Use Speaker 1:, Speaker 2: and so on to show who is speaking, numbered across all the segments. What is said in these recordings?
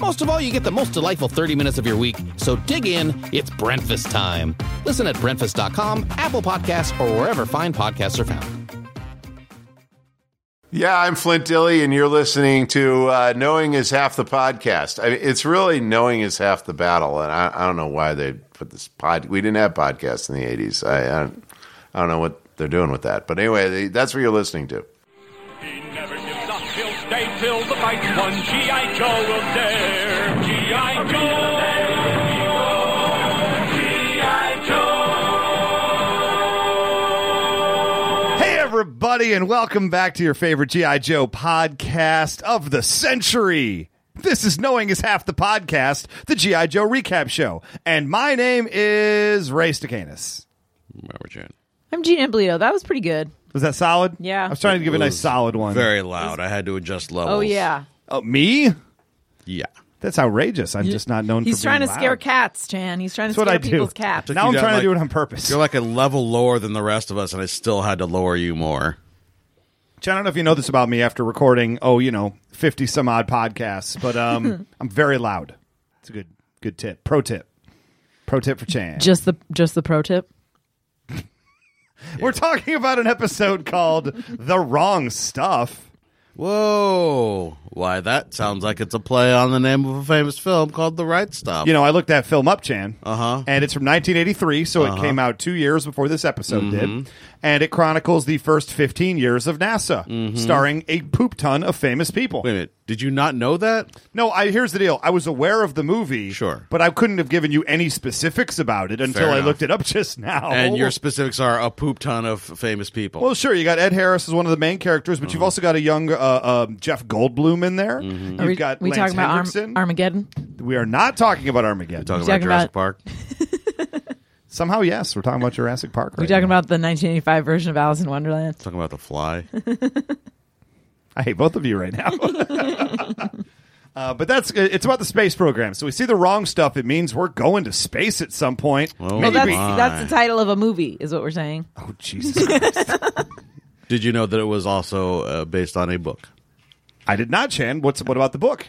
Speaker 1: Most of all, you get the most delightful 30 minutes of your week. So dig in, it's breakfast time. Listen at breakfast.com, Apple Podcasts, or wherever fine podcasts are found.
Speaker 2: Yeah, I'm Flint Dilly, and you're listening to uh, "Knowing Is Half the Podcast." I mean, it's really "Knowing Is Half the Battle," and I, I don't know why they put this pod. We didn't have podcasts in the '80s. I, I, don't, I don't know what they're doing with that, but anyway, they, that's what you're listening to.
Speaker 3: He never gives up. He'll stay till the fight's won. G.I. Joe will dare. G.I. Joe.
Speaker 4: Hey, everybody, and welcome back to your favorite G.I. Joe podcast of the century. This is Knowing is Half the Podcast, the G.I. Joe Recap Show. And my name is Ray Stacanus.
Speaker 5: Robert Jan.
Speaker 6: I'm Gina Blito. That was pretty good.
Speaker 4: Was that solid?
Speaker 6: Yeah.
Speaker 4: I was trying to give a nice solid one.
Speaker 5: Very loud. I had to adjust levels.
Speaker 6: Oh yeah.
Speaker 4: oh, me?
Speaker 5: Yeah.
Speaker 4: That's outrageous. I'm just not known
Speaker 6: He's
Speaker 4: for
Speaker 6: trying to
Speaker 4: being
Speaker 6: scare
Speaker 4: loud.
Speaker 6: cats, Chan. He's trying to
Speaker 4: That's what
Speaker 6: scare
Speaker 4: I do.
Speaker 6: people's cats.
Speaker 5: Took
Speaker 4: Now
Speaker 5: you
Speaker 4: I'm
Speaker 5: down
Speaker 4: trying
Speaker 5: like-
Speaker 4: to do it on purpose.
Speaker 5: You're like a level lower than the rest of us, and I still had to lower you more.
Speaker 4: Chad, I don't know if you know this about me after recording, oh, you know, 50 some odd podcasts, but um, I'm very loud. It's a good good tip. Pro tip. Pro tip for Chan.
Speaker 6: Just the just the pro tip.
Speaker 4: We're talking about an episode called The Wrong Stuff.
Speaker 5: Whoa. Why, that sounds like it's a play on the name of a famous film called The Right Stop.
Speaker 4: You know, I looked that film up, Chan.
Speaker 5: Uh-huh.
Speaker 4: And it's from 1983, so it came out two years before this episode
Speaker 5: Mm-hmm.
Speaker 4: did. And it chronicles the first 15 years of NASA, starring a poop ton of famous people.
Speaker 5: Mm-hmm. Wait a minute. Did you not know that?
Speaker 4: No, I here's the deal. I was aware of the movie,
Speaker 5: Sure.
Speaker 4: but I couldn't have given you any specifics about it until
Speaker 5: Fair
Speaker 4: I
Speaker 5: enough.
Speaker 4: looked it up just now.
Speaker 5: And your specifics are a poop ton of famous people.
Speaker 4: Well, sure. You got Ed Harris as one of the main characters, but
Speaker 5: Mm-hmm.
Speaker 4: you've also got a young uh, uh, Jeff Goldblum in there. You've
Speaker 6: Are we,
Speaker 4: got
Speaker 6: we
Speaker 4: Lance
Speaker 6: talking about Arm-
Speaker 4: Hendrickson.
Speaker 6: Armageddon?
Speaker 4: we are not talking about Armageddon.
Speaker 5: talking
Speaker 6: talking
Speaker 5: about Jurassic
Speaker 6: about-
Speaker 5: Park.
Speaker 4: Somehow, yes, we're talking about Jurassic Park.
Speaker 6: We're
Speaker 4: right
Speaker 6: talking
Speaker 4: now.
Speaker 6: about the 1985 version of Alice in Wonderland.
Speaker 5: talking about The Fly.
Speaker 4: I hate both of you right now. Uh, but that's it's about the space program. So we see the wrong stuff. It means we're going to space at some point.
Speaker 5: Oh,
Speaker 6: Well, that's
Speaker 5: my.
Speaker 6: that's the title of a movie, is what we're saying.
Speaker 4: Oh Jesus! Christ.
Speaker 5: Did you know that it was also uh, based on a book?
Speaker 4: I did not, Chan. What's what about the book?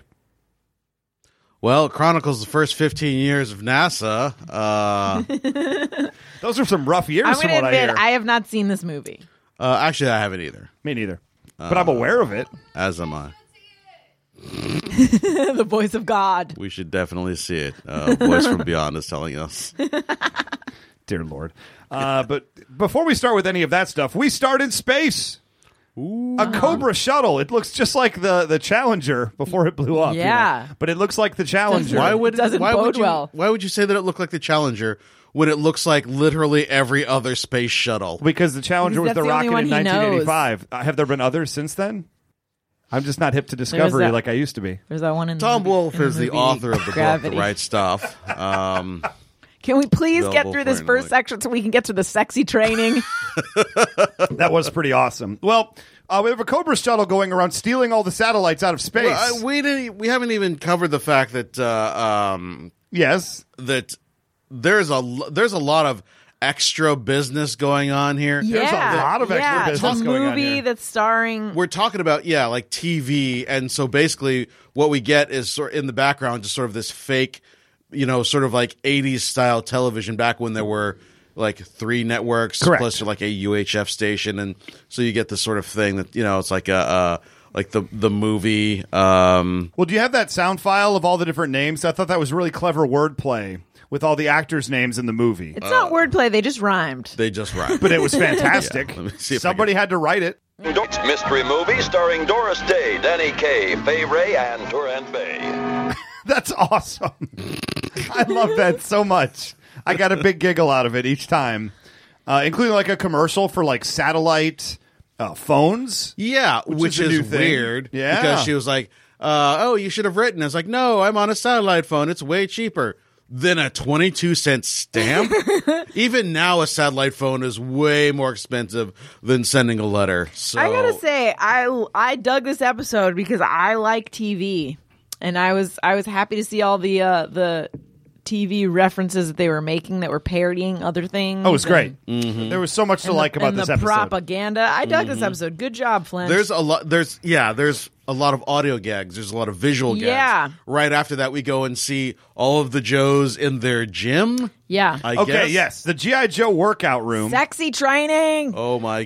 Speaker 5: Well, it chronicles the first 15 years of NASA. Uh,
Speaker 4: Those are some rough years,
Speaker 6: I'm
Speaker 4: from
Speaker 6: going to
Speaker 4: what I
Speaker 6: admit
Speaker 4: hear.
Speaker 6: I, have not seen this movie.
Speaker 5: uh, actually, I haven't either,
Speaker 4: Me neither, but I'm aware of it.
Speaker 5: as am I.
Speaker 6: the Voice of God.
Speaker 5: We should definitely see it. Uh, Voice from Beyond is telling us.
Speaker 4: Dear Lord. Uh, but before we start with any of that stuff, we start in space. A Cobra shuttle. It looks just like the, the Challenger before it blew up. you know.
Speaker 6: Yeah.
Speaker 4: But it looks like the Challenger.
Speaker 5: Why would
Speaker 6: Doesn't
Speaker 5: why
Speaker 6: bode
Speaker 5: would you,
Speaker 6: well.
Speaker 5: Why would you say that it looked like the Challenger when it looks like literally every other space shuttle?
Speaker 4: Because the Challenger
Speaker 6: Because
Speaker 4: was the
Speaker 6: that's the only
Speaker 4: rocket in
Speaker 6: one he knows.
Speaker 4: 1985. Uh, have there been others since then? I'm just not hip to discovery
Speaker 6: that-
Speaker 4: like I used to be.
Speaker 6: There's that one in
Speaker 5: Tom
Speaker 6: the
Speaker 5: Wolfe
Speaker 6: in the
Speaker 5: is the
Speaker 6: movie
Speaker 5: author of the
Speaker 6: Gravity.
Speaker 5: book, The Right Stuff. Um,
Speaker 6: Can we please get
Speaker 5: Double
Speaker 6: through this
Speaker 5: point,
Speaker 6: first
Speaker 5: like-
Speaker 6: section so we can get to the sexy training?
Speaker 4: That was pretty awesome. Well, uh, we have a Cobra shuttle going around stealing all the satellites out of space.
Speaker 5: well, I- we didn't. e-, We haven't even covered the fact that uh, um,
Speaker 4: yes.
Speaker 5: that there's a l- there's a lot of extra business going on here.
Speaker 6: yeah,
Speaker 4: lot of extra
Speaker 6: yeah,
Speaker 4: business
Speaker 6: the
Speaker 4: going on
Speaker 6: movie
Speaker 4: here.
Speaker 6: that's starring
Speaker 5: we're talking about yeah like tv and so basically what we get is sort in the background just sort of this fake you know sort of like 80s style television back when there were like three networks
Speaker 4: Correct.
Speaker 5: plus like a uhf station and so you get this sort of thing that you know it's like a, a like the the movie. Um,
Speaker 4: Well, do you have that sound file of all the different names? I thought that was really clever wordplay with all the actors' names in the movie.
Speaker 6: It's not wordplay. They just rhymed.
Speaker 5: they just rhyme.
Speaker 4: But it was fantastic.
Speaker 5: let me see if I
Speaker 4: Somebody had to write it.
Speaker 7: Mystery movie starring Doris Day, Danny Kaye, Fay Ray, and Turan Bay.
Speaker 4: That's awesome. I love that so much. I got a big giggle out of it each time, uh, including like a commercial for like satellite uh, phones.
Speaker 5: Yeah,
Speaker 4: is
Speaker 5: which,
Speaker 4: a
Speaker 5: is,
Speaker 4: new thing.
Speaker 5: weird.
Speaker 4: Yeah.
Speaker 5: because she was like, uh, "Oh, you should have written." I was like, "No, I'm on a satellite phone. It's way cheaper than a 22 cent stamp." Even now, a satellite phone is way more expensive than sending a letter. So
Speaker 6: I gotta say, I I dug this episode because I like TV, and I was I was happy to see all the uh, the TV references that they were making that were parodying other things.
Speaker 4: Oh, it was
Speaker 6: and-
Speaker 4: great.
Speaker 5: Mm-hmm.
Speaker 4: There was so much to like about
Speaker 6: Mhm. and
Speaker 4: this
Speaker 6: the
Speaker 4: episode.
Speaker 6: propaganda. I dug this episode. Good job, Flynn.
Speaker 5: There's a lot. There's yeah. There's a lot of audio gags. There's a lot of visual gags.
Speaker 6: Yeah.
Speaker 5: Right after that, we go and see all of the Joes in their gym.
Speaker 6: yeah,
Speaker 5: I
Speaker 4: okay,
Speaker 5: guess.
Speaker 4: yes, the GI Joe workout room.
Speaker 6: sexy training.
Speaker 5: Oh my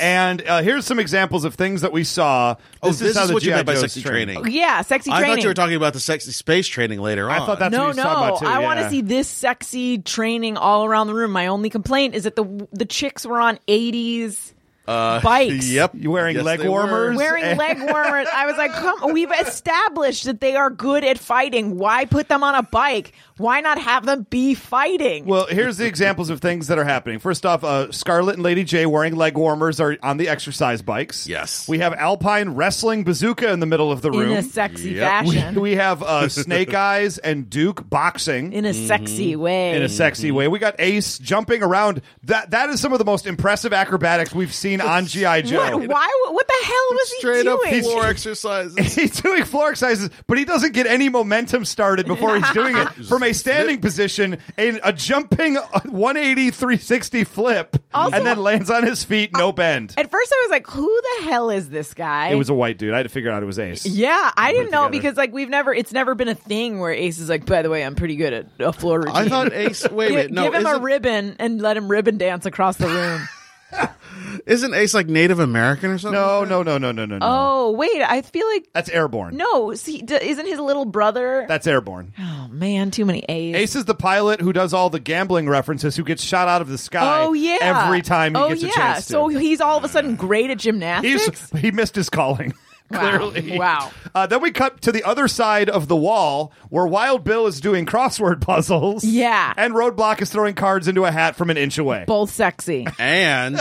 Speaker 4: And uh, here's some examples of things that we saw.
Speaker 5: oh, this,
Speaker 4: is, how
Speaker 5: is
Speaker 4: the
Speaker 5: what you
Speaker 4: GI
Speaker 5: meant by
Speaker 4: Joes
Speaker 5: sexy
Speaker 4: train.
Speaker 5: training.
Speaker 6: Yeah, sexy
Speaker 5: I
Speaker 6: training.
Speaker 5: thought you were talking about the sexy space training later on.
Speaker 4: I thought that's
Speaker 6: no,
Speaker 4: what you
Speaker 6: no.
Speaker 4: were talking about too.
Speaker 6: I
Speaker 4: yeah.
Speaker 6: want to see this sexy training all around the room. My only complaint is that the the chicks were on eighties bikes.
Speaker 5: Yep.
Speaker 4: You wearing
Speaker 5: Yes,
Speaker 4: leg
Speaker 5: they were.
Speaker 4: warmers?
Speaker 6: Wearing leg warmers. I was like, come, we've established that they are good at fighting. Why put them on a bike? Why not have them be fighting?
Speaker 4: Well, here's the examples of things that are happening. First off, uh, Scarlet and Lady J wearing leg warmers are on the exercise bikes.
Speaker 5: Yes.
Speaker 4: We have Alpine wrestling bazooka in the middle of the
Speaker 6: in
Speaker 4: room.
Speaker 6: a sexy
Speaker 5: Yep.
Speaker 6: fashion.
Speaker 4: we have uh, Snake Eyes and Duke boxing
Speaker 6: in a sexy way.
Speaker 4: mm-hmm. in a Mm-hmm. sexy way. We got Ace jumping around. That that is some of the most impressive acrobatics we've seen on GI Joe.
Speaker 6: what, why? What the hell was he
Speaker 5: Straight up
Speaker 6: doing?
Speaker 5: floor exercises.
Speaker 4: He's doing floor exercises, but he doesn't get any momentum started before he's doing it from a standing position, a, a jumping 180 360 flip,
Speaker 6: Also- uh,
Speaker 4: and then lands on his feet, no bend.
Speaker 6: At first, I was like, "Who the hell is this guy?"
Speaker 4: It was a white dude. I had to figure out it was Ace.
Speaker 6: Yeah, I didn't know
Speaker 4: together.
Speaker 6: because like we've never it's never been a thing where Ace is like, by the way, I'm pretty good at a floor routine.
Speaker 5: I thought Ace. Wait a
Speaker 6: Gi-
Speaker 5: minute. No,
Speaker 6: give him a
Speaker 5: isn't,
Speaker 6: ribbon and let him ribbon dance across the room.
Speaker 5: isn't Ace like Native American or something?
Speaker 4: No, no, no, no, no, no, no.
Speaker 6: oh wait, I feel like
Speaker 4: That's airborne.
Speaker 6: no, see, d- isn't his little brother?
Speaker 4: That's airborne.
Speaker 6: oh man, too many A's.
Speaker 4: Ace is the pilot who does all the gambling references, who gets shot out of the sky
Speaker 6: oh yeah,
Speaker 4: every time he
Speaker 6: oh
Speaker 4: gets
Speaker 6: yeah.
Speaker 4: a chance to. Mm.
Speaker 6: So he's all of a sudden great at gymnastics.
Speaker 4: He's, he missed his calling.
Speaker 6: Wow.
Speaker 4: Clearly.
Speaker 6: Wow.
Speaker 4: Uh, then we cut to the other side of the wall where Wild Bill is doing crossword puzzles.
Speaker 6: Yeah.
Speaker 4: And Roadblock is throwing cards into a hat from an inch away.
Speaker 6: Both sexy.
Speaker 5: And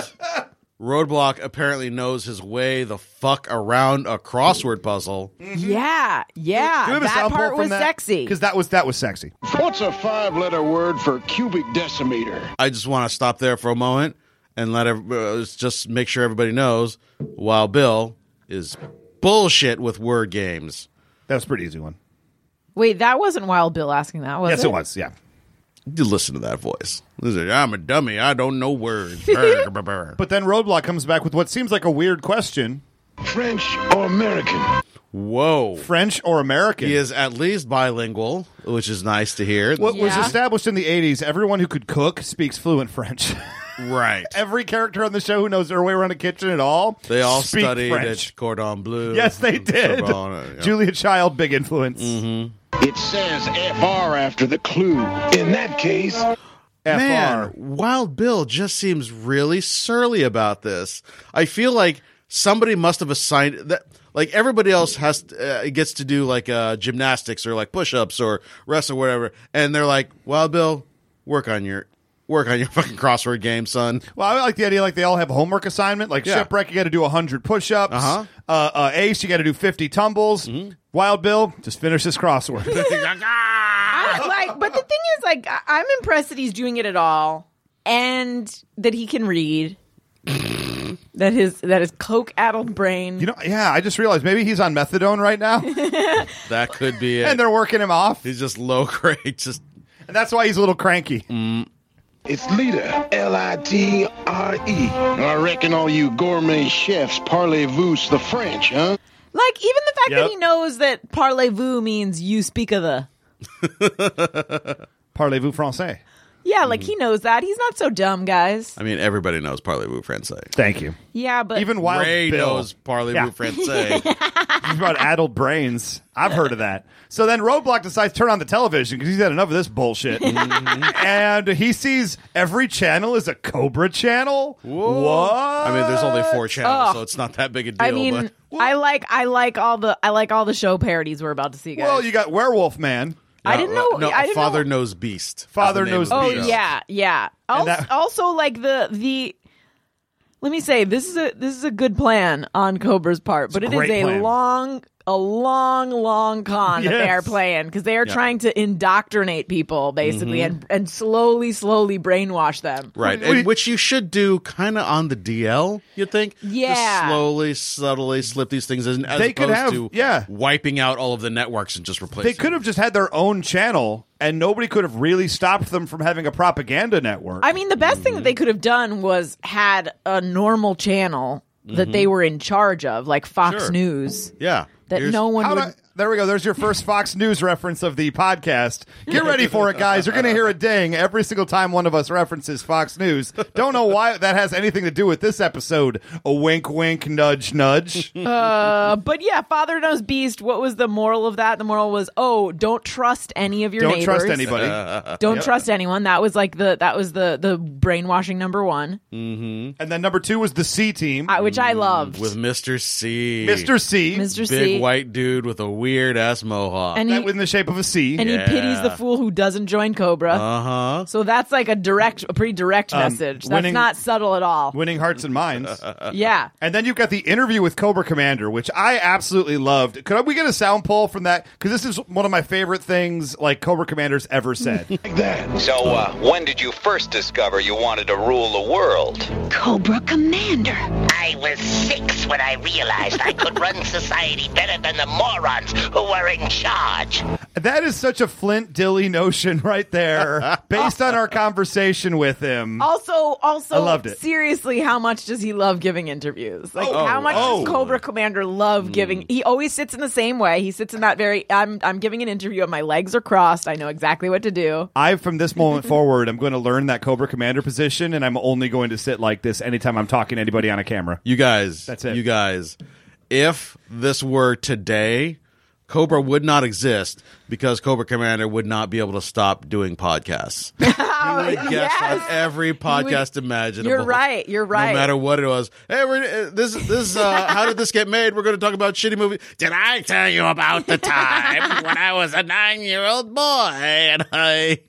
Speaker 5: Roadblock apparently knows his way the fuck around a crossword puzzle.
Speaker 6: yeah, yeah. That part was sexy.
Speaker 4: Because that was that was sexy.
Speaker 8: What's a five letter word for cubic decimeter?
Speaker 5: I just want to stop there for a moment and let ev- uh, just make sure everybody knows while Bill is bullshit with word games.
Speaker 4: That was a pretty easy one.
Speaker 6: Wait, that wasn't Wild Bill asking that, was
Speaker 4: yes,
Speaker 6: it?
Speaker 4: it was. Yeah.
Speaker 5: You listen to that voice. This is, I'm a dummy. I don't know words. but
Speaker 4: But then Roadblock comes back with what seems like a weird question:
Speaker 8: French or American?
Speaker 5: whoa,
Speaker 4: French or American?
Speaker 5: he is at least bilingual, which is nice to hear.
Speaker 4: What was
Speaker 6: Yeah.
Speaker 4: established in the '80s? Everyone who could cook speaks fluent French.
Speaker 5: right?
Speaker 4: Every character on the show who knows their way around a kitchen at all,
Speaker 5: They all
Speaker 4: speak
Speaker 5: studied
Speaker 4: French.
Speaker 5: at Cordon Bleu.
Speaker 4: Yes, they
Speaker 5: and
Speaker 4: did.
Speaker 5: Sorbonne, yeah. Mm-hmm.
Speaker 4: Julia Child, big influence.
Speaker 8: It says FR after the clue. In that case,
Speaker 4: FR.
Speaker 5: Man, Wild Bill just seems really surly about this. I feel like somebody must have assigned that. Like everybody else has, uh, gets to do like uh, gymnastics or like push-ups or wrestle, or whatever, and they're like, "Wild Bill, work on your, work on your fucking crossword game, son."
Speaker 4: Well, I like the idea like they all have homework assignment. Like
Speaker 5: Yeah.
Speaker 4: shipwreck, you got to do hundred push-ups.
Speaker 5: Uh-huh. Mm-hmm.
Speaker 4: Uh, uh, Ace, you got to do fifty tumbles. Wild Bill, just finish this crossword.
Speaker 6: I, like, but the thing is, like, I- I'm impressed that he's doing it at all, and that he can read. that his that his coke-addled brain.
Speaker 4: you know, yeah. I just realized maybe he's on methadone right now,
Speaker 5: That could be
Speaker 4: and
Speaker 5: it.
Speaker 4: they're working him off,
Speaker 5: He's just low grade. Just
Speaker 4: and that's why he's a little cranky.
Speaker 5: Mm.
Speaker 8: it's leader. L I T R E. I reckon all you gourmet chefs parlez-vous the French, huh?
Speaker 6: like, even the fact
Speaker 4: Yep.
Speaker 6: that he knows that parlez-vous means you speak of the.
Speaker 4: Parlez-vous français?
Speaker 6: Yeah, like he knows that. He's not so dumb, guys.
Speaker 5: I mean, everybody knows Parley Wu Francais.
Speaker 4: Thank you.
Speaker 6: Yeah, but
Speaker 4: Even Wild
Speaker 5: Ray
Speaker 4: Bill
Speaker 5: knows Parley
Speaker 4: Yeah.
Speaker 5: Wu Francais.
Speaker 4: He's about addled brains. I've heard of that. So then Roadblock decides to turn on the television because he's had enough of this bullshit.
Speaker 5: Mm-hmm.
Speaker 4: and he sees every channel is a Cobra channel. What?
Speaker 5: I mean, there's only
Speaker 4: Oh.
Speaker 5: four channels,
Speaker 6: Ugh.
Speaker 5: so it's not that big a deal.
Speaker 6: I mean,
Speaker 5: but
Speaker 6: I like I like all the I like all the show parodies we're about to see, guys.
Speaker 4: Well, you got Werewolf Man.
Speaker 6: I didn't know.
Speaker 5: No,
Speaker 6: I didn't
Speaker 5: Father
Speaker 6: Know.
Speaker 5: Knows Beast. is
Speaker 4: Father
Speaker 5: the name
Speaker 4: Knows
Speaker 5: of the
Speaker 6: Oh
Speaker 4: Beast.
Speaker 5: show.
Speaker 6: yeah, yeah. Also,
Speaker 4: that-
Speaker 6: also like the the. Let me say this is a this is a good plan on Cobra's part, but
Speaker 4: a
Speaker 6: it is
Speaker 4: great
Speaker 6: a
Speaker 4: plan.
Speaker 6: long a long long con that they
Speaker 4: Yes.
Speaker 6: are playing because they are trying to indoctrinate people basically
Speaker 4: Mm-hmm.
Speaker 6: and and slowly slowly brainwash them.
Speaker 5: Right,
Speaker 4: We-
Speaker 5: and which you should do kind of on the DL, you'd think.
Speaker 6: Yeah.
Speaker 5: Just slowly, subtly slip these things in as
Speaker 4: They could
Speaker 5: opposed
Speaker 4: have-
Speaker 5: to
Speaker 4: yeah.
Speaker 5: wiping out all of the networks and just replacing
Speaker 4: They could have just had their own channel and nobody could have really stopped them from having a propaganda network.
Speaker 6: I mean, the best thing that
Speaker 4: Mm-hmm.
Speaker 6: they could have done was had a normal channel that
Speaker 4: Mm-hmm.
Speaker 6: they were in charge of, like Fox
Speaker 5: Sure.
Speaker 6: News,
Speaker 5: Yeah.
Speaker 6: that
Speaker 5: Here's-
Speaker 6: no one
Speaker 4: How'd
Speaker 6: would.
Speaker 4: I- there we go. There's your first Fox News reference of the podcast. Get ready for it, guys. You're going to hear a ding every single time one of us references Fox News. Don't know why that has anything to do with this episode. A wink, wink, nudge, nudge.
Speaker 6: Uh, but yeah, Father Knows Beast. What was the moral of that? The moral was, oh, don't trust any of your
Speaker 4: Don't
Speaker 6: neighbors.
Speaker 4: trust anybody.
Speaker 6: Don't trust anyone. That was like the that was the the brainwashing number one,
Speaker 4: and then number two was the C team,
Speaker 6: I, which I loved.
Speaker 5: With Mr. C.
Speaker 4: Mr. C,
Speaker 6: Mr.
Speaker 5: Big
Speaker 6: C.
Speaker 5: white dude with a weird ass mohawk.
Speaker 6: and
Speaker 4: that
Speaker 6: he
Speaker 4: was in the shape of a C.
Speaker 6: and he pities the fool who doesn't join Cobra.
Speaker 5: uh huh.
Speaker 6: so that's like a direct, a pretty direct message. That's
Speaker 4: Uh-huh. Um, winning-
Speaker 6: not subtle at all.
Speaker 4: Winning hearts and minds.
Speaker 6: yeah.
Speaker 4: And then you've got the interview with Cobra Commander, which I absolutely loved. Could we get a sound poll from that? Because this is one of my favorite things like Cobra Commander's ever said.
Speaker 8: Like that.
Speaker 7: So, uh, when did you first discover you wanted to rule the world?
Speaker 9: Cobra Commander.
Speaker 10: I was six when I realized I could run society better than the morons who were in charge.
Speaker 4: That is such a Flint Dilly notion right there, based on our conversation with him.
Speaker 6: Also, also,
Speaker 4: I loved it.
Speaker 6: Seriously, how much does he love giving interviews? Like,
Speaker 4: Oh,
Speaker 6: how much
Speaker 4: oh.
Speaker 6: does Cobra Commander
Speaker 4: Mm.
Speaker 6: love giving? He always sits in the same way. He sits in that very. I'm I'm giving an interview, and my legs are crossed. I know exactly what to do.
Speaker 4: I, from this moment forward, I'm going to learn that Cobra Commander position, and I'm only going to sit like this anytime I'm talking to anybody on a camera.
Speaker 5: You guys.
Speaker 4: That's it.
Speaker 5: You guys. If this were today, Cobra would not exist because Cobra Commander would not be able to stop doing podcasts. he would guest on every podcast imaginable.
Speaker 6: You're right. You're right.
Speaker 5: No matter what it was. Hey, we're, uh, this this uh, how did this get made? We're going to talk about shitty movies. Did I tell you about the time when I was a nine year old boy and I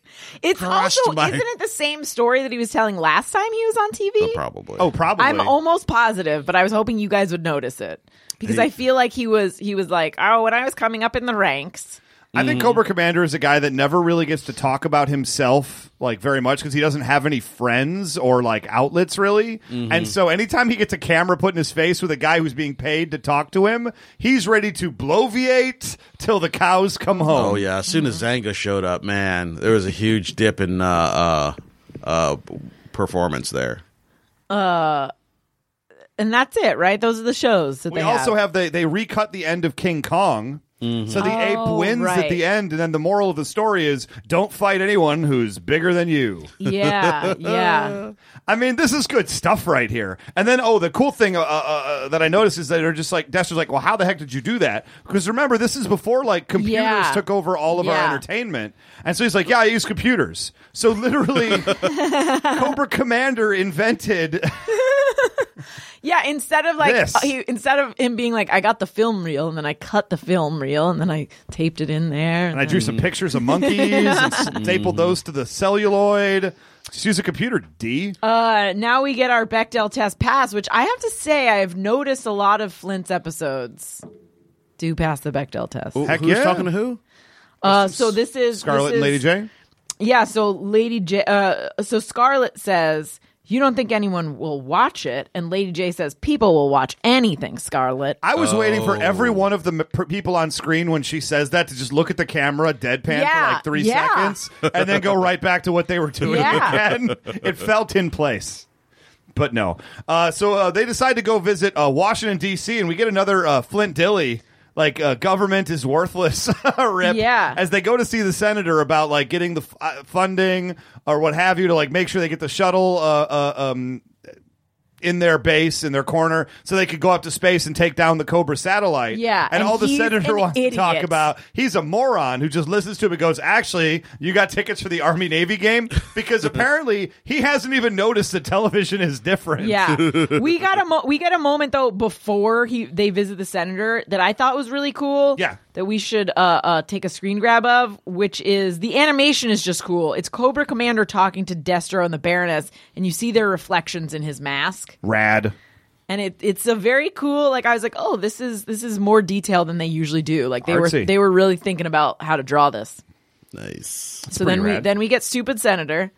Speaker 6: It's
Speaker 5: Crushed
Speaker 6: also
Speaker 5: my-
Speaker 6: isn't it the same story that he was telling last time he was on TV?
Speaker 5: probably
Speaker 4: Oh, probably.
Speaker 6: I'm almost positive, but I was hoping you guys would notice it because I feel like he was he was like, oh, when I was coming up in the ranks,
Speaker 4: I
Speaker 5: Mm-hmm.
Speaker 4: think Cobra Commander is a guy that never really gets to talk about himself like very much because he doesn't have any friends or like outlets really.
Speaker 5: Mm-hmm.
Speaker 4: And so anytime he gets a camera put in his face with a guy who's being paid to talk to him, he's ready to bloviate till the cows come home.
Speaker 5: Oh yeah, as soon as Zanga showed up, man, there was a huge dip in uh, uh, uh, performance there.
Speaker 6: and that's it, right? Those are the shows that
Speaker 4: We
Speaker 6: they
Speaker 4: also have they they recut the end of King Kong.
Speaker 5: Mm-hmm.
Speaker 4: So the
Speaker 6: Oh,
Speaker 4: ape wins at
Speaker 6: right.
Speaker 4: the end, and then the moral of the story is don't fight anyone who's bigger than you.
Speaker 6: Yeah, yeah.
Speaker 4: I mean, this is good stuff right here. And then, oh, the cool thing uh, uh, uh, that I noticed is that they're just like Dexter's like, well, how the heck did you do that? Because remember, this is before like computers
Speaker 6: Yeah.
Speaker 4: took over all of our
Speaker 6: Yeah.
Speaker 4: entertainment, and so he's like, yeah, I use computers. So literally, Cobra Commander invented
Speaker 6: Yeah, instead of like
Speaker 4: This.
Speaker 6: uh, he, instead of him being like, I got the film reel and then I cut the film reel and then I taped it in there.
Speaker 4: And I drew some pictures of monkeys and stapled those to the celluloid. Just use a computer, D.
Speaker 6: uh, now we get our Bechdel test pass, which I have to say I have noticed a lot of Flint's episodes do pass the Bechdel test.
Speaker 4: Heck
Speaker 5: Who's
Speaker 4: yeah.
Speaker 5: talking to who?
Speaker 6: Uh, so this is
Speaker 4: Scarlet
Speaker 6: this
Speaker 4: and
Speaker 6: is-
Speaker 4: Lady J.
Speaker 6: Yeah, so Lady J, uh, so Scarlet says you don't think anyone will watch it, and Lady J says people will watch anything. Scarlet,
Speaker 4: I was waiting for every one of the m- per- people on screen when she says that to just look at the camera, deadpan
Speaker 6: Yeah,
Speaker 4: for like three
Speaker 6: yeah.
Speaker 4: seconds, and then go right back to what they were doing
Speaker 6: Yeah.
Speaker 4: again. It felt in place. But no. Uh, so uh, they decide to go visit uh, Washington, D.C., and we get another uh, Flint Dilly. like uh, government is worthless. Rip.
Speaker 6: Yeah.
Speaker 4: As they go to see the senator about like getting the f- uh, funding or what have you to like make sure they get the shuttle uh, uh, um, in their base in their corner so they could go up to space and take down the Cobra satellite.
Speaker 6: Yeah,
Speaker 4: And,
Speaker 6: and
Speaker 4: all the
Speaker 6: he's
Speaker 4: senator
Speaker 6: an
Speaker 4: wants to talk
Speaker 6: idiot.
Speaker 4: about he's a moron who just listens to him and goes, actually, you got tickets for the Army Navy game because apparently he hasn't even noticed that television is different.
Speaker 6: Yeah, we got a mo- we got a moment though before he they visit the senator that I thought was really cool.
Speaker 4: Yeah.
Speaker 6: that we should uh, uh, take a screen grab of, which is the animation is just cool. It's Cobra Commander talking to Destro and the Baroness, and you see their reflections in his mask,
Speaker 4: Rad.
Speaker 6: and it it's a very cool. Like I was like, oh, this is this is more detail than they usually do. Like they were
Speaker 4: Artsy.
Speaker 6: they were really thinking about how to draw this.
Speaker 5: Nice.
Speaker 6: so then
Speaker 4: pretty
Speaker 6: we
Speaker 4: rad.
Speaker 6: then we get stupid senator.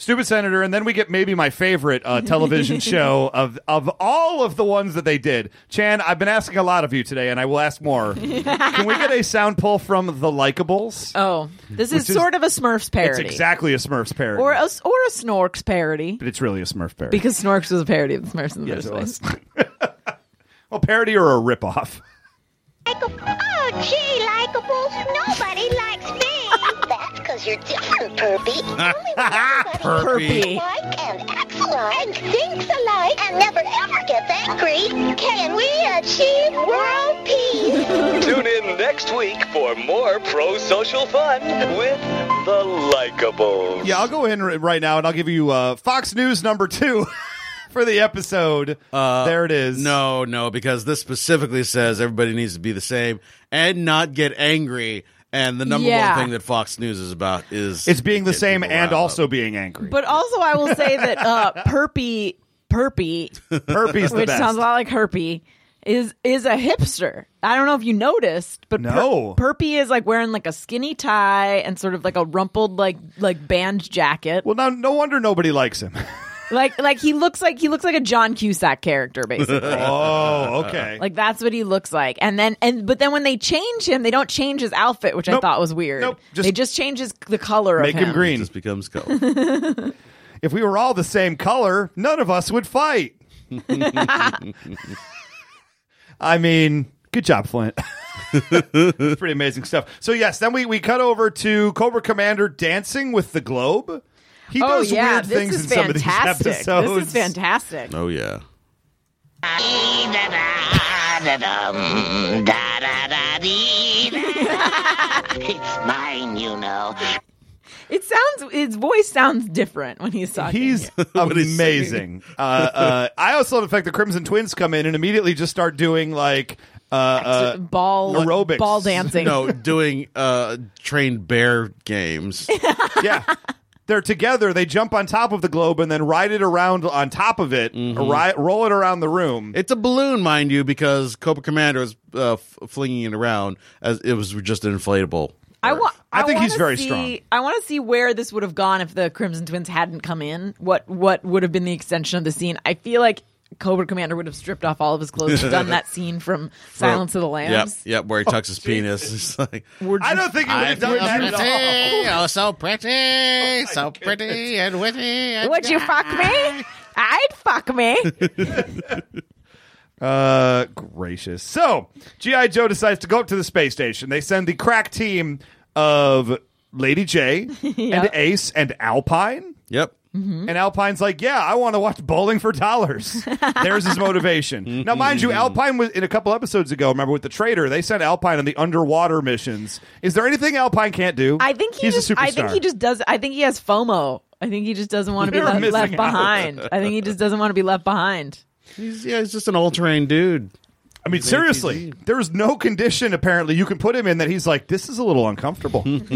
Speaker 4: Stupid Senator, and then we get maybe my favorite uh, television show of of all of the ones that they did. Chan, I've been asking a lot of you today, and I will ask more. Can we get a sound pull from the Likables?
Speaker 6: Oh, this
Speaker 4: Which
Speaker 6: is,
Speaker 4: is-
Speaker 6: sort of a Smurfs
Speaker 4: it's
Speaker 6: parody,
Speaker 4: exactly a Smurfs parody,
Speaker 6: or a or a Snorks parody.
Speaker 4: but it's really a Smurf parody.
Speaker 6: Because Snorks was a parody of the Smurfs in the
Speaker 4: Yes, it
Speaker 6: first place.
Speaker 4: was. well, parody or a ripoff.
Speaker 9: Oh, gee, likables. Nobody likes me. That's because you're different, Perpy. Only when everybody
Speaker 6: Perpy.
Speaker 9: is alike and acts alike and thinks alike and never ever gets angry. Can we achieve world peace?
Speaker 7: Tune in next week for more pro social fun with the Likables.
Speaker 4: Yeah, I'll go in r- right now, and I'll give you uh, Fox News number two for the episode. there it is.
Speaker 5: No, no, because this specifically says everybody needs to be the same and not get angry. And the number
Speaker 6: Yeah.
Speaker 5: one thing that Fox News is about is
Speaker 4: it's being the
Speaker 5: getting
Speaker 4: same
Speaker 5: people
Speaker 4: and
Speaker 5: riled
Speaker 4: also
Speaker 5: up.
Speaker 4: being angry.
Speaker 6: But also, I will say that uh, Perpy, Perpy,
Speaker 4: Herpes the
Speaker 6: which
Speaker 4: best.
Speaker 6: sounds a lot like Herpy, is is a hipster. I don't know if you noticed, but Per-
Speaker 4: No.
Speaker 6: Perpy is like wearing like a skinny tie and sort of like a rumpled like like band jacket.
Speaker 4: well, now no wonder nobody likes him.
Speaker 6: Like like he looks like he looks like a John Cusack character basically.
Speaker 4: oh, okay.
Speaker 6: Like that's what he looks like. And then and but then when they change him, they don't change his outfit, which I
Speaker 4: Nope.
Speaker 6: thought was weird.
Speaker 4: Nope. Just-
Speaker 6: they just change his, the color
Speaker 4: Make
Speaker 6: of him.
Speaker 4: him green.
Speaker 5: just becomes color.
Speaker 4: if we were all the same color, none of us would fight. I mean, good job, Flint. It's pretty amazing stuff. So yes, then we, we cut over to Cobra Commander dancing with the globe. He
Speaker 6: Oh
Speaker 4: does
Speaker 6: yeah,
Speaker 4: weird
Speaker 6: this
Speaker 4: things
Speaker 6: is
Speaker 4: in
Speaker 6: fantastic.
Speaker 4: some of these episodes.
Speaker 6: This is fantastic.
Speaker 5: oh yeah.
Speaker 10: Da-da-da-dum, da-da-da-dee-da. It's mine, you know.
Speaker 6: It sounds his voice sounds different when he's talking.
Speaker 4: He's amazing. uh, uh, I also love the fact the Crimson Twins come in and immediately just start doing like uh, uh,
Speaker 6: ball
Speaker 4: aerobics.
Speaker 6: ball dancing.
Speaker 5: No, doing uh trained bear games.
Speaker 4: yeah. They're together. They jump on top of the globe and then ride it around on top of it, ri- roll it around the room.
Speaker 5: It's a balloon, mind you, because Cobra Commander is uh, f- flinging it around as it was just an inflatable.
Speaker 6: I want.
Speaker 4: I think he's very
Speaker 6: see,
Speaker 4: strong.
Speaker 6: I want to see where this would have gone if the Crimson Twins hadn't come in. What what would have been the extension of the scene? I feel like Cobra Commander would have stripped off all of his clothes, and done that scene from Silence of the
Speaker 5: Yep,
Speaker 6: Lambs. Oh,
Speaker 5: yep, where he tucks his penis. It's like
Speaker 4: I don't think he would have done that at all.
Speaker 5: oh so pretty, so pretty and witty. And
Speaker 6: Would you fuck me? I'd fuck me.
Speaker 4: Uh, gracious. So, G.I. Joe decides to go up to the space station. They send the crack team of Lady J and Ace and Alpine.
Speaker 5: Yep.
Speaker 4: Mm-hmm. And Alpine's like, yeah, I want to watch Bowling for Dollars. There's his
Speaker 5: Mm-hmm.
Speaker 4: motivation. now, mind you, Alpine was in a couple episodes ago. Remember with the trader, they sent Alpine on the underwater missions. Is there anything Alpine can't do?
Speaker 6: I think he
Speaker 4: he's
Speaker 6: just,
Speaker 4: a superstar.
Speaker 6: I think he just does. I think he has FOMO. I think he just doesn't want to be
Speaker 4: You're
Speaker 6: left,
Speaker 4: missing
Speaker 6: left
Speaker 4: out.
Speaker 6: behind. I think he just doesn't want to be left behind.
Speaker 5: He's yeah, he's just an all terrain dude.
Speaker 4: I mean, seriously, there is no condition apparently you can put him in that he's like, this is a little uncomfortable.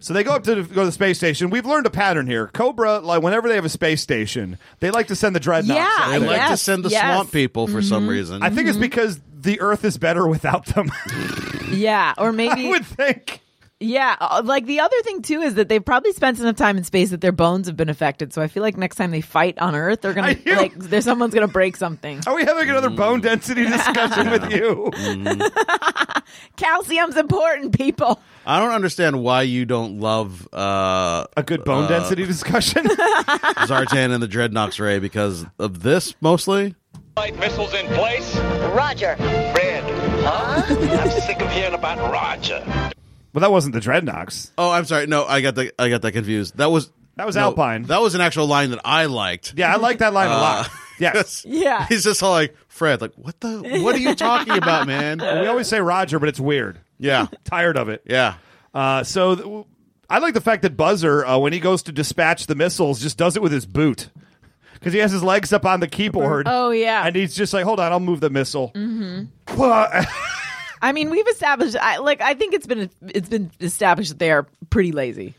Speaker 4: so they go up to the, go to the space station. We've learned a pattern here. Cobra, like whenever they have a space station, they like to send the dreadnoughts.
Speaker 6: Yeah.
Speaker 5: I like Mm-hmm. to
Speaker 6: Yes,
Speaker 5: send the
Speaker 6: yes.
Speaker 5: swamp people for some reason.
Speaker 4: I think it's because the Earth is better without them.
Speaker 6: Yeah, or
Speaker 4: I
Speaker 6: maybe
Speaker 4: would think.
Speaker 6: Yeah, uh, like the other thing too is that they've probably spent enough time in space that their bones have been affected. So I feel like next time they fight on Earth, they're
Speaker 4: I
Speaker 6: gonna
Speaker 4: hear-
Speaker 6: like there's someone's gonna break something.
Speaker 4: Are we having
Speaker 6: Mm.
Speaker 4: another bone density discussion with you?
Speaker 5: Mm.
Speaker 6: Calcium's important, people.
Speaker 5: I don't understand why you don't love uh,
Speaker 4: A good bone density discussion?
Speaker 5: Zartan and the Dreadnoks Ray because of this mostly.
Speaker 3: Light missiles in place.
Speaker 9: Roger.
Speaker 7: Red,
Speaker 10: Huh? I'm sick of hearing about Roger.
Speaker 4: Well, that wasn't the Dreadnoks.
Speaker 5: Oh, I'm sorry. No, I got the I got that confused. That was
Speaker 4: That was
Speaker 5: no,
Speaker 4: Alpine.
Speaker 5: That was an actual line that I liked.
Speaker 4: Yeah, I like that
Speaker 5: Uh.
Speaker 4: line a lot. Yes.
Speaker 6: Yeah.
Speaker 5: He's just all like Fred. Like what the? What are you talking about, man?
Speaker 4: we always say Roger, but it's weird.
Speaker 5: Yeah.
Speaker 4: Tired of it.
Speaker 5: Yeah.
Speaker 4: Uh, so th- w- I like the fact that Buzzer, uh, when he goes to dispatch the missiles, just does it with his boot because he has his legs up on the keyboard.
Speaker 6: Oh, yeah.
Speaker 4: and he's just like, "Hold on, I'll move the missile." Mm-hmm.
Speaker 6: I mean, we've established. I, like, I think it's been it's been established that they are pretty lazy.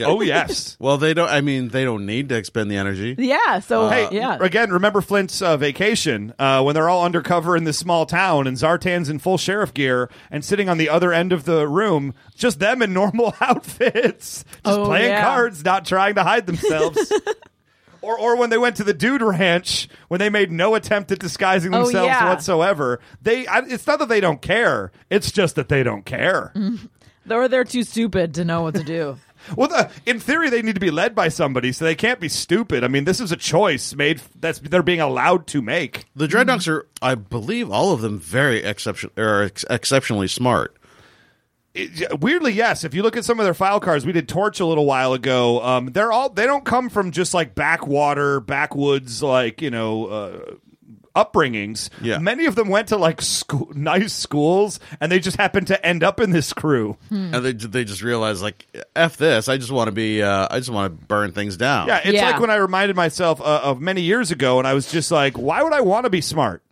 Speaker 4: Oh yes.
Speaker 5: Well, they don't. I mean, they don't need to expend the energy.
Speaker 6: Yeah. So
Speaker 4: Hey,
Speaker 6: yeah.
Speaker 4: Uh, again, remember Flint's uh, vacation uh, when they're all undercover in this small town and Zartan's in full sheriff gear and sitting on the other end of the room, just them in normal outfits, just
Speaker 6: Oh,
Speaker 4: playing
Speaker 6: yeah.
Speaker 4: cards, not trying to hide themselves. or, or when they went to the dude ranch when they made no attempt at disguising
Speaker 6: Oh,
Speaker 4: themselves
Speaker 6: yeah.
Speaker 4: whatsoever. They, I, it's not that they don't care; it's just that they don't care.
Speaker 6: Mm-hmm. or they're too stupid to know what to do.
Speaker 4: Well, the, in theory, they need to be led by somebody, so they can't be stupid. I mean, this is a choice made f- that's they're being allowed to make.
Speaker 5: The
Speaker 6: Hmm.
Speaker 5: Dreadnoughts are, I believe, all of them very exception or ex- exceptionally smart.
Speaker 4: It- weirdly, yes. If you look at some of their file cards, we did Torch a little while ago. Um, they're all they don't come from just like backwater, backwoods, like you know. Uh, upbringings
Speaker 5: Yeah.
Speaker 4: many of them went to like school, nice schools and they just happened to end up in this crew
Speaker 6: Hmm.
Speaker 5: And they they just realize like f this. I just want to be. Uh, I just want to burn things down.
Speaker 4: yeah it's
Speaker 6: Yeah.
Speaker 4: like when i reminded myself uh, of many years ago and i was just like why would i want to be smart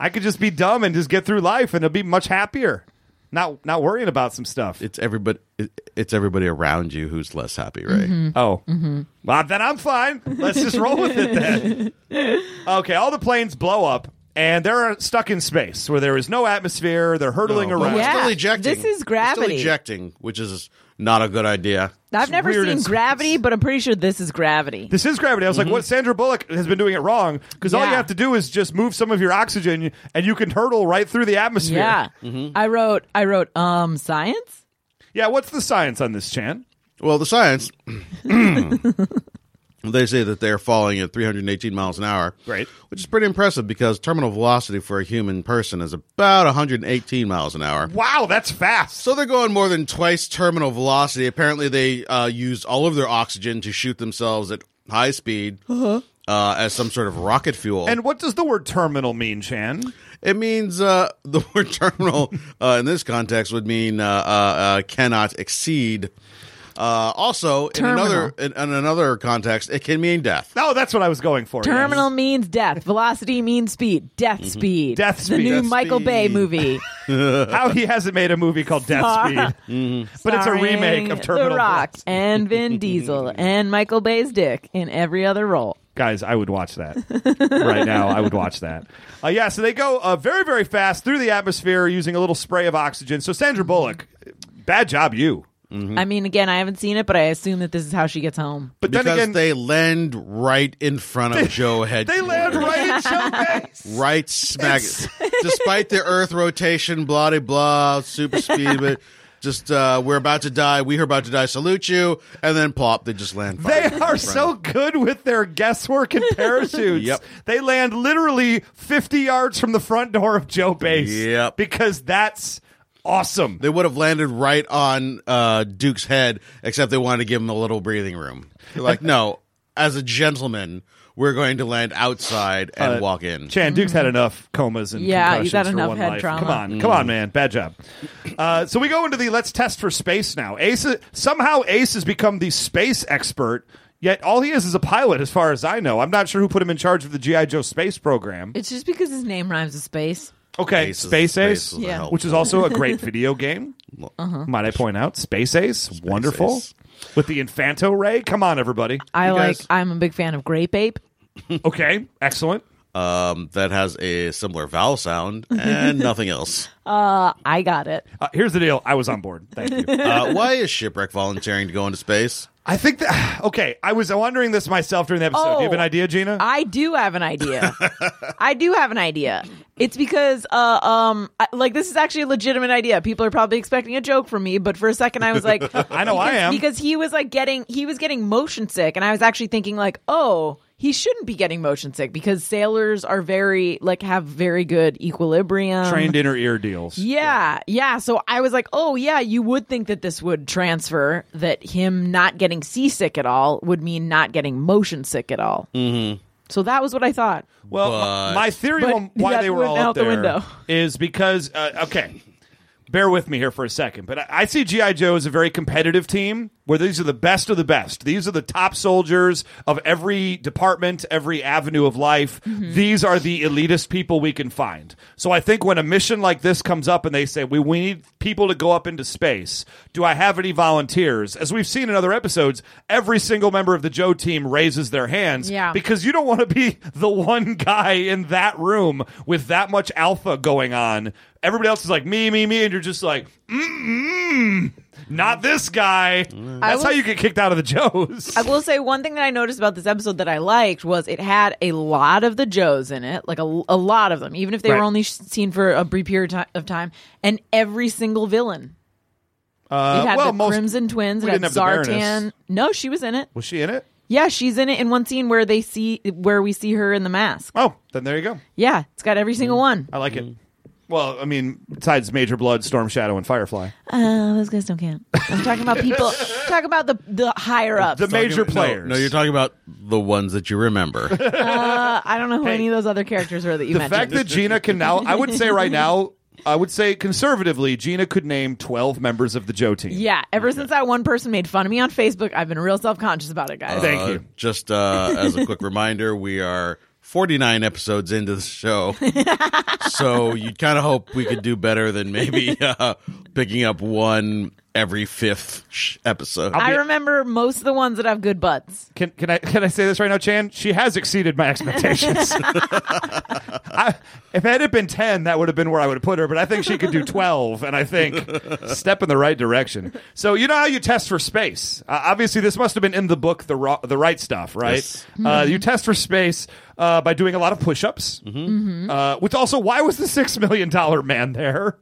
Speaker 4: i could just be dumb and just get through life and it'll be much happier not not worrying about some stuff
Speaker 5: It's everybody. It, it's everybody around you who's less happy, right?
Speaker 6: Mm-hmm.
Speaker 4: Oh. Well, then I'm fine. Let's just roll with it then. Okay, all the planes blow up and they're stuck in space where there is no atmosphere. They're hurtling
Speaker 5: No, but
Speaker 4: around.
Speaker 5: we're
Speaker 6: Oh. Yeah.
Speaker 5: still ejecting.
Speaker 6: This is
Speaker 5: We're still
Speaker 6: gravity.
Speaker 5: ejecting, which is not a good idea.
Speaker 6: I've never
Speaker 4: weird
Speaker 6: seen
Speaker 4: in
Speaker 6: gravity,
Speaker 4: space.
Speaker 6: but I'm pretty sure this is gravity.
Speaker 4: This is gravity. I was like, what? Sandra Bullock has been doing it wrong because all you
Speaker 6: Mm-hmm. Yeah.
Speaker 4: have to do is just move some of your oxygen and you can hurtle right through the atmosphere.
Speaker 6: yeah.
Speaker 4: Mm-hmm.
Speaker 6: I wrote. I wrote. Um, science.
Speaker 4: Yeah, what's the science on this, Chan?
Speaker 5: Well, the science. they say that they're falling at 318 miles an hour.
Speaker 4: Great.
Speaker 5: Which is pretty impressive because terminal velocity for a human person is about 118 miles an hour.
Speaker 4: Wow, that's fast.
Speaker 5: So they're going more than twice terminal velocity. Apparently, they uh, used all of their oxygen to shoot themselves at high speed uh as some sort of rocket fuel.
Speaker 4: Uh-huh. And what does the word terminal mean, Chan?
Speaker 5: It means uh, the word terminal uh, in this context would mean uh, uh, uh, cannot exceed. Uh, also, in
Speaker 6: Terminal.
Speaker 5: another in, in another context, it can mean death.
Speaker 4: No, Oh, that's what I was going for. yes.
Speaker 6: Terminal means death. Velocity means speed. Death speed.
Speaker 4: Mm-hmm. Death
Speaker 6: The
Speaker 4: speed.
Speaker 6: new
Speaker 4: Death
Speaker 6: Michael Bay
Speaker 5: speed.
Speaker 6: movie.
Speaker 4: How he hasn't made a movie called Death
Speaker 6: Sorry.
Speaker 4: Speed, but it's a
Speaker 6: Mm-hmm. starring
Speaker 4: remake of Terminal
Speaker 6: The Rock
Speaker 4: Blast.
Speaker 6: and Vin Diesel and Michael Bay's dick in every other role.
Speaker 4: guys i would watch that right now i would watch that uh, yeah so they go uh, very very fast through the atmosphere using a little spray of oxygen so sandra bullock bad job you
Speaker 6: I mean, again, I haven't seen it, but I assume that this is how she gets home.
Speaker 4: but
Speaker 5: Because
Speaker 4: then again they,
Speaker 5: they land right in front of Joe Head.
Speaker 4: land right in showcase
Speaker 5: right smack. Despite the Earth rotation, blah de blah, super speed, but just uh, we're about to die. We're about to die. Salute you, and then plop. They just land.
Speaker 4: they
Speaker 5: right in
Speaker 4: are
Speaker 5: front
Speaker 4: so
Speaker 5: of-
Speaker 4: good with their guesswork and parachutes
Speaker 5: Yep.
Speaker 4: they land literally 50 yards from the front door of joe base
Speaker 5: Yep.
Speaker 4: because that's awesome
Speaker 5: They would have landed right on uh, Duke's head, except they wanted to give him a little breathing room. They're like, no, as a gentleman, we're going to land outside
Speaker 4: Uh,
Speaker 5: and walk in.
Speaker 4: Chan Duke's had enough comas and
Speaker 6: Yeah, he's
Speaker 4: concussions
Speaker 6: had
Speaker 4: for
Speaker 6: enough
Speaker 4: one
Speaker 6: head
Speaker 4: life.
Speaker 6: trauma.
Speaker 4: Come on,
Speaker 5: Mm.
Speaker 4: come on, man, bad job. Uh, so we go into the let's test for space now. Ace somehow Ace has become the space expert. Yet all he is is a pilot, as far as I know. I'm not sure who put him in charge of the GI Joe space program.
Speaker 6: It's just because his name rhymes with space.
Speaker 4: Okay,
Speaker 5: Ace is-
Speaker 4: Space Ace,
Speaker 5: Ace is
Speaker 6: Yeah. Uh-huh. helpful.
Speaker 4: which is also a great video game. Might I point out, Space Ace, wonderful
Speaker 5: Ace.
Speaker 4: with the Infanto Ray. Come on, everybody.
Speaker 6: I
Speaker 5: You
Speaker 6: like.
Speaker 5: guys-
Speaker 6: I'm a big fan of Grape Ape.
Speaker 4: Okay, excellent.
Speaker 5: Um, that has a similar vowel sound and nothing else.
Speaker 6: I got it.
Speaker 4: Uh, here's the deal. I was on board. Thank you.
Speaker 5: Uh, why is Shipwreck volunteering to go into space?
Speaker 4: I think that okay. I was wondering this myself during the episode. Do you have
Speaker 6: Oh.
Speaker 4: an idea, Gina?
Speaker 6: I do have an idea. I do have an idea. It's because, uh, um, I, like this is actually a legitimate idea. People are probably expecting a joke from me, but for a second I was like,
Speaker 4: I know I
Speaker 6: because-
Speaker 4: am.
Speaker 6: because he was like getting he was getting motion sick, and I was actually thinking like, oh, he shouldn't be getting motion sick because sailors are very like have very good equilibrium.
Speaker 4: Trained inner ear deals.
Speaker 6: Yeah, yeah. So I was like, oh yeah, you would think that this would transfer. That him not getting seasick at all would mean not getting motion sick at all.
Speaker 5: Mm-hmm.
Speaker 6: So that was what I thought.
Speaker 4: Well, my- my theory
Speaker 6: But
Speaker 4: on why
Speaker 6: that
Speaker 4: they were
Speaker 6: went
Speaker 4: all
Speaker 6: out
Speaker 4: up
Speaker 6: the
Speaker 4: there
Speaker 6: window.
Speaker 4: is because uh, okay, bear with me here for a second, but I, I see GI Joe as a very competitive team where these are the best of the best. These are the top soldiers of every department, every avenue of life.
Speaker 6: Mm-hmm.
Speaker 4: These are the elitist people we can find. So I think when a mission like this comes up and they say we we need people to go up into space, do I have any volunteers? As we've seen in other episodes, every single member of the Joe team raises their hands
Speaker 6: Yeah.
Speaker 4: because because you don't want to be the one guy in that room with that much alpha going on. Everybody else is like me, me, me, and you're just like, mm, mm, not this guy. That's how
Speaker 6: was-
Speaker 4: you get kicked out of the Joes.
Speaker 6: I will say one thing that I noticed about this episode that I liked was it had a lot of the Joes in it, like a, a lot of them, even if they
Speaker 4: Right.
Speaker 6: were only sh- seen for a brief period ti- of time, and every single villain.
Speaker 4: Uh,
Speaker 6: it had
Speaker 4: well,
Speaker 6: the
Speaker 4: most-
Speaker 6: Crimson Twins. It
Speaker 4: we
Speaker 6: had
Speaker 4: didn't have the
Speaker 6: Zartan.
Speaker 4: Baroness.
Speaker 6: No, she was in it.
Speaker 4: Was she in it?
Speaker 6: Yeah, she's in it in one scene where they see where we see her in the mask.
Speaker 4: Oh, then there you go.
Speaker 6: Yeah, it's got every single one.
Speaker 4: I like it. Well, I mean, besides Major Blood, Storm Shadow, and Firefly,
Speaker 6: Uh, those guys don't count. I'm talking about people. talking about the the higher ups.
Speaker 4: the major
Speaker 5: No,
Speaker 4: players.
Speaker 5: No, you're talking about the ones that you remember.
Speaker 6: Uh, I don't know who any of those other characters were that you
Speaker 4: the
Speaker 6: mentioned.
Speaker 4: fact that Gina can now, I would say right now, I would say conservatively, Gina could name twelve members of the Joe team.
Speaker 6: Yeah, ever since that one person made fun of me on Facebook, I've been real self conscious about it, guys.
Speaker 4: Thank you.
Speaker 5: Just uh, as a quick reminder, we are 49 episodes into the show. so you'd kind of hope we could do better than maybe uh, picking up one every fifth sh- episode.
Speaker 6: I remember most of the ones that have good butts.
Speaker 4: Can, can I can I say this right now, Chan? She has exceeded my expectations. I, if it had been ten, that would have been where I would have put her. But I think she could do twelve, and I think step in the right direction. So you know how you test for space. Uh, obviously, this must have been in the book, the ro- the right stuff, right?
Speaker 5: Yes.
Speaker 4: Uh, you test for space uh, by doing a lot of push-ups.
Speaker 5: Mm-hmm.
Speaker 4: Uh, which also, why was the six million dollar man there?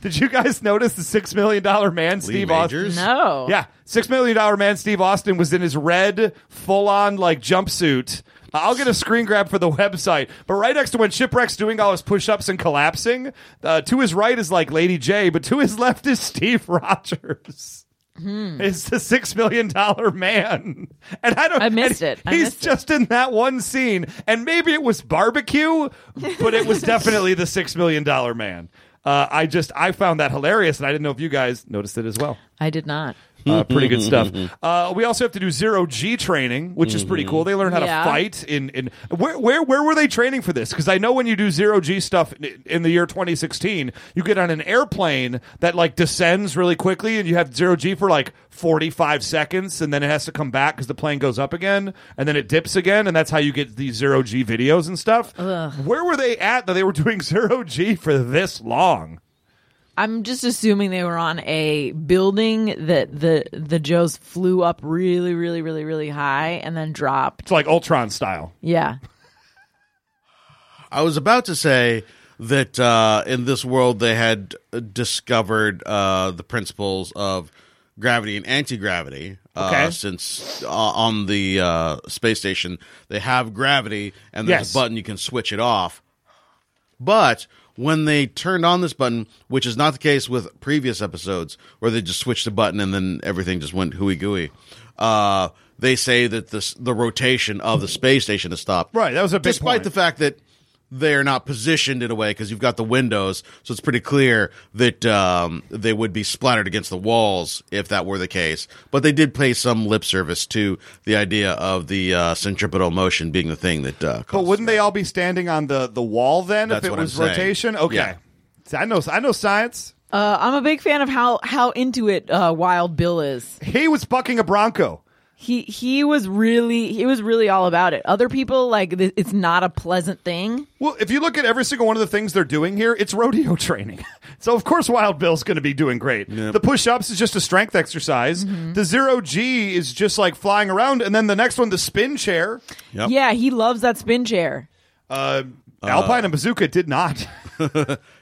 Speaker 4: Did you guys notice the six million dollar man, Steve Austin?
Speaker 5: Majors?
Speaker 6: No.
Speaker 4: Yeah, six million dollar man Steve Austin was in his red full on like jumpsuit. I'll get a screen grab for the website, but right next to when Shipwreck's doing all his push ups and collapsing, uh, to his right is like Lady J, but to his left is Steve Rogers.
Speaker 6: Hmm.
Speaker 4: It's the six million dollar man, and I don't.
Speaker 6: I missed
Speaker 4: and
Speaker 6: it. I
Speaker 4: he's
Speaker 6: missed it.
Speaker 4: just in that one scene, and maybe it was barbecue, but it was definitely the six million dollar man. Uh, I just I found that hilarious, and I didn't know if you guys noticed it as well
Speaker 6: I did not.
Speaker 4: uh, pretty good stuff. Uh, we also have to do zero G training, which is pretty cool. They learn how to
Speaker 6: Yeah.
Speaker 4: fight in in where where where were they training for this? Because I know when you do zero G stuff in, in the year 2016, you get on an airplane that like descends really quickly, and you have zero G for like 45 seconds, and then it has to come back because the plane goes up again, and then it dips again, and that's how you get these zero G videos and stuff. Where were they at that they were doing zero G for this long?
Speaker 6: I'm just assuming they were on a building that the the Joes flew up really, really, really, really high and then dropped.
Speaker 4: It's like Ultron style.
Speaker 6: Yeah.
Speaker 5: I was about to say that uh, in this world they had discovered uh, the principles of gravity and anti-gravity. Uh,
Speaker 4: Okay.
Speaker 5: Since uh, on the uh, space station they have gravity and there's
Speaker 4: Yes.
Speaker 5: a button you can switch it off. But when they turned on this button, which is not the case with previous episodes, where they just switched the button and then everything just went hooey gooey, uh, they say that this, the rotation of the space station has stopped.
Speaker 4: Right, that was a big
Speaker 5: Despite
Speaker 4: point.
Speaker 5: the fact that they're not positioned in a way because you've got the windows, so it's pretty clear that um, they would be splattered against the walls if that were the case. But they did pay some lip service to the idea of the uh, centripetal motion being the thing that. Uh,
Speaker 4: But
Speaker 5: caused-
Speaker 4: wouldn't they all be standing on the, the wall then
Speaker 5: That's
Speaker 4: if it
Speaker 5: what I'm
Speaker 4: was
Speaker 5: saying.
Speaker 4: rotation? Okay.
Speaker 5: Yeah.
Speaker 4: See, I know I know science.
Speaker 6: Uh, I'm a big fan of how how into it uh, Wild Bill is.
Speaker 4: He was bucking a bronco.
Speaker 6: He he was really he was really all about it. Other people like th- it's not a pleasant thing.
Speaker 4: Well, if you look at every single one of the things they're doing here, it's rodeo training. so of course Wild Bill's going to be doing great. The push-ups is just a strength exercise.
Speaker 5: Mm-hmm.
Speaker 4: The zero G is just like flying around, and then the next one, the spin chair.
Speaker 5: Yep.
Speaker 6: Yeah, he loves that spin chair.
Speaker 4: Uh, Alpine and Bazooka did not.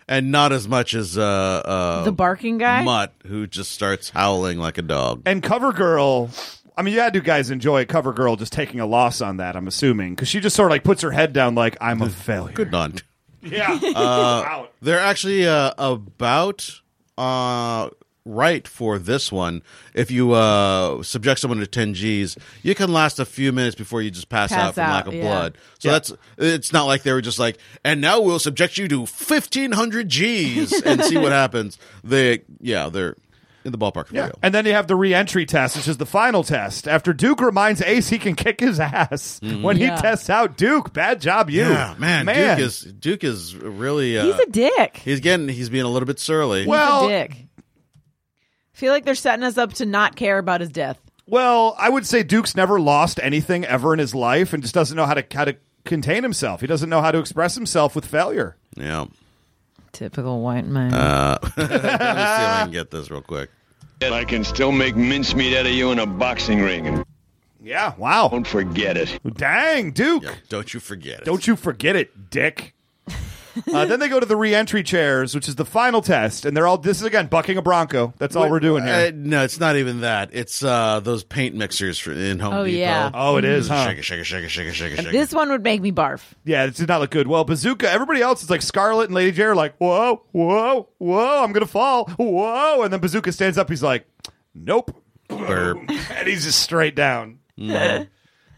Speaker 5: and not as much as uh, uh,
Speaker 6: The barking guy.
Speaker 5: mutt who just starts howling like a dog.
Speaker 4: and Cover Girl. I mean, you had to guys enjoy cover girl just taking a loss on that. I'm assuming because she just sort of like puts her head down, like I'm a failure.
Speaker 5: Good night.
Speaker 4: Yeah.
Speaker 5: Uh, they're actually uh, about uh, right for this one. If you uh, subject someone to 10 Gs, you can last a few minutes before you just pass,
Speaker 6: Pass
Speaker 5: out from
Speaker 6: out,
Speaker 5: lack of
Speaker 6: yeah.
Speaker 5: blood. So
Speaker 6: Yeah.
Speaker 5: that's it's not like they were just like, and now we'll subject you to 1500 Gs and see what happens. They yeah, they're in the ballpark for real.
Speaker 4: And then you have the re-entry test, which is the final test. After Duke reminds Ace he can kick his ass when
Speaker 6: Yeah.
Speaker 4: he tests out Duke. Bad job, you.
Speaker 5: Mm-hmm. Yeah, man,
Speaker 4: man.
Speaker 5: Duke is Duke is really uh,
Speaker 6: He's a dick.
Speaker 5: he's getting he's being a little bit surly.
Speaker 4: well,
Speaker 6: He's a dick. I feel like they're setting us up to not care about his death.
Speaker 4: well, I would say Duke's never lost anything ever in his life, and just doesn't know how to how to contain himself. He doesn't know how to express himself with failure.
Speaker 5: yeah.
Speaker 6: Typical white man.
Speaker 5: Let me see if I can get this real quick.
Speaker 8: I can still make mincemeat out of you in a boxing ring and
Speaker 4: Yeah. Wow.
Speaker 8: don't forget it.
Speaker 4: Dang, Duke.
Speaker 5: Yeah, don't you forget it.
Speaker 4: Don't you forget it, Dick. uh, then they go to the re-entry chairs, which is the final test, and they're all. This is again bucking a bronco. That's all we're doing
Speaker 5: Uh,
Speaker 4: here.
Speaker 5: no, it's not even that. It's uh, those paint mixers for, in Home
Speaker 6: Oh,
Speaker 5: Depot.
Speaker 6: yeah.
Speaker 4: oh, it is, huh?
Speaker 5: Shake it, shake it, shake it, shake it, shake it, shake it.
Speaker 6: This one would make me barf.
Speaker 4: Yeah, this did not look good. Well, Bazooka, everybody else is like Scarlet and Lady J are like, whoa, whoa, whoa, I'm gonna fall, whoa, and then Bazooka stands up. He's like, nope,
Speaker 5: Burp.
Speaker 4: and he's just straight down.
Speaker 6: Mm.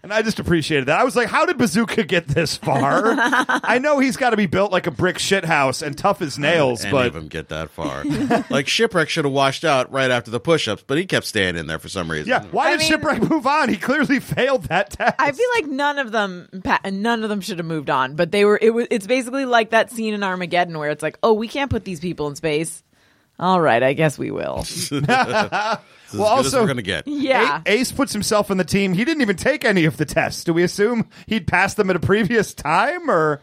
Speaker 4: and I just appreciated that. I was like, how did Bazooka get this far? I know he's got to be built like a brick shit house and tough as nails,
Speaker 5: Any
Speaker 4: but
Speaker 5: of them get that far. like Shipwreck should have washed out right after the push-ups, but he kept staying in there for some reason.
Speaker 4: yeah, why
Speaker 6: I
Speaker 4: did
Speaker 6: mean-
Speaker 4: Shipwreck move on? He clearly failed that test.
Speaker 6: I feel like none of them, pa- none of them should have moved on. But they were. It was. It's basically like that scene in Armageddon where it's like, oh, we can't put these people in space. All right, I guess we will.
Speaker 4: well,
Speaker 5: As good as
Speaker 4: also
Speaker 5: we're gonna get.
Speaker 6: Yeah.
Speaker 4: A- Ace puts himself on the team. He didn't even take any of the tests. Do we assume he'd passed them at a previous time, or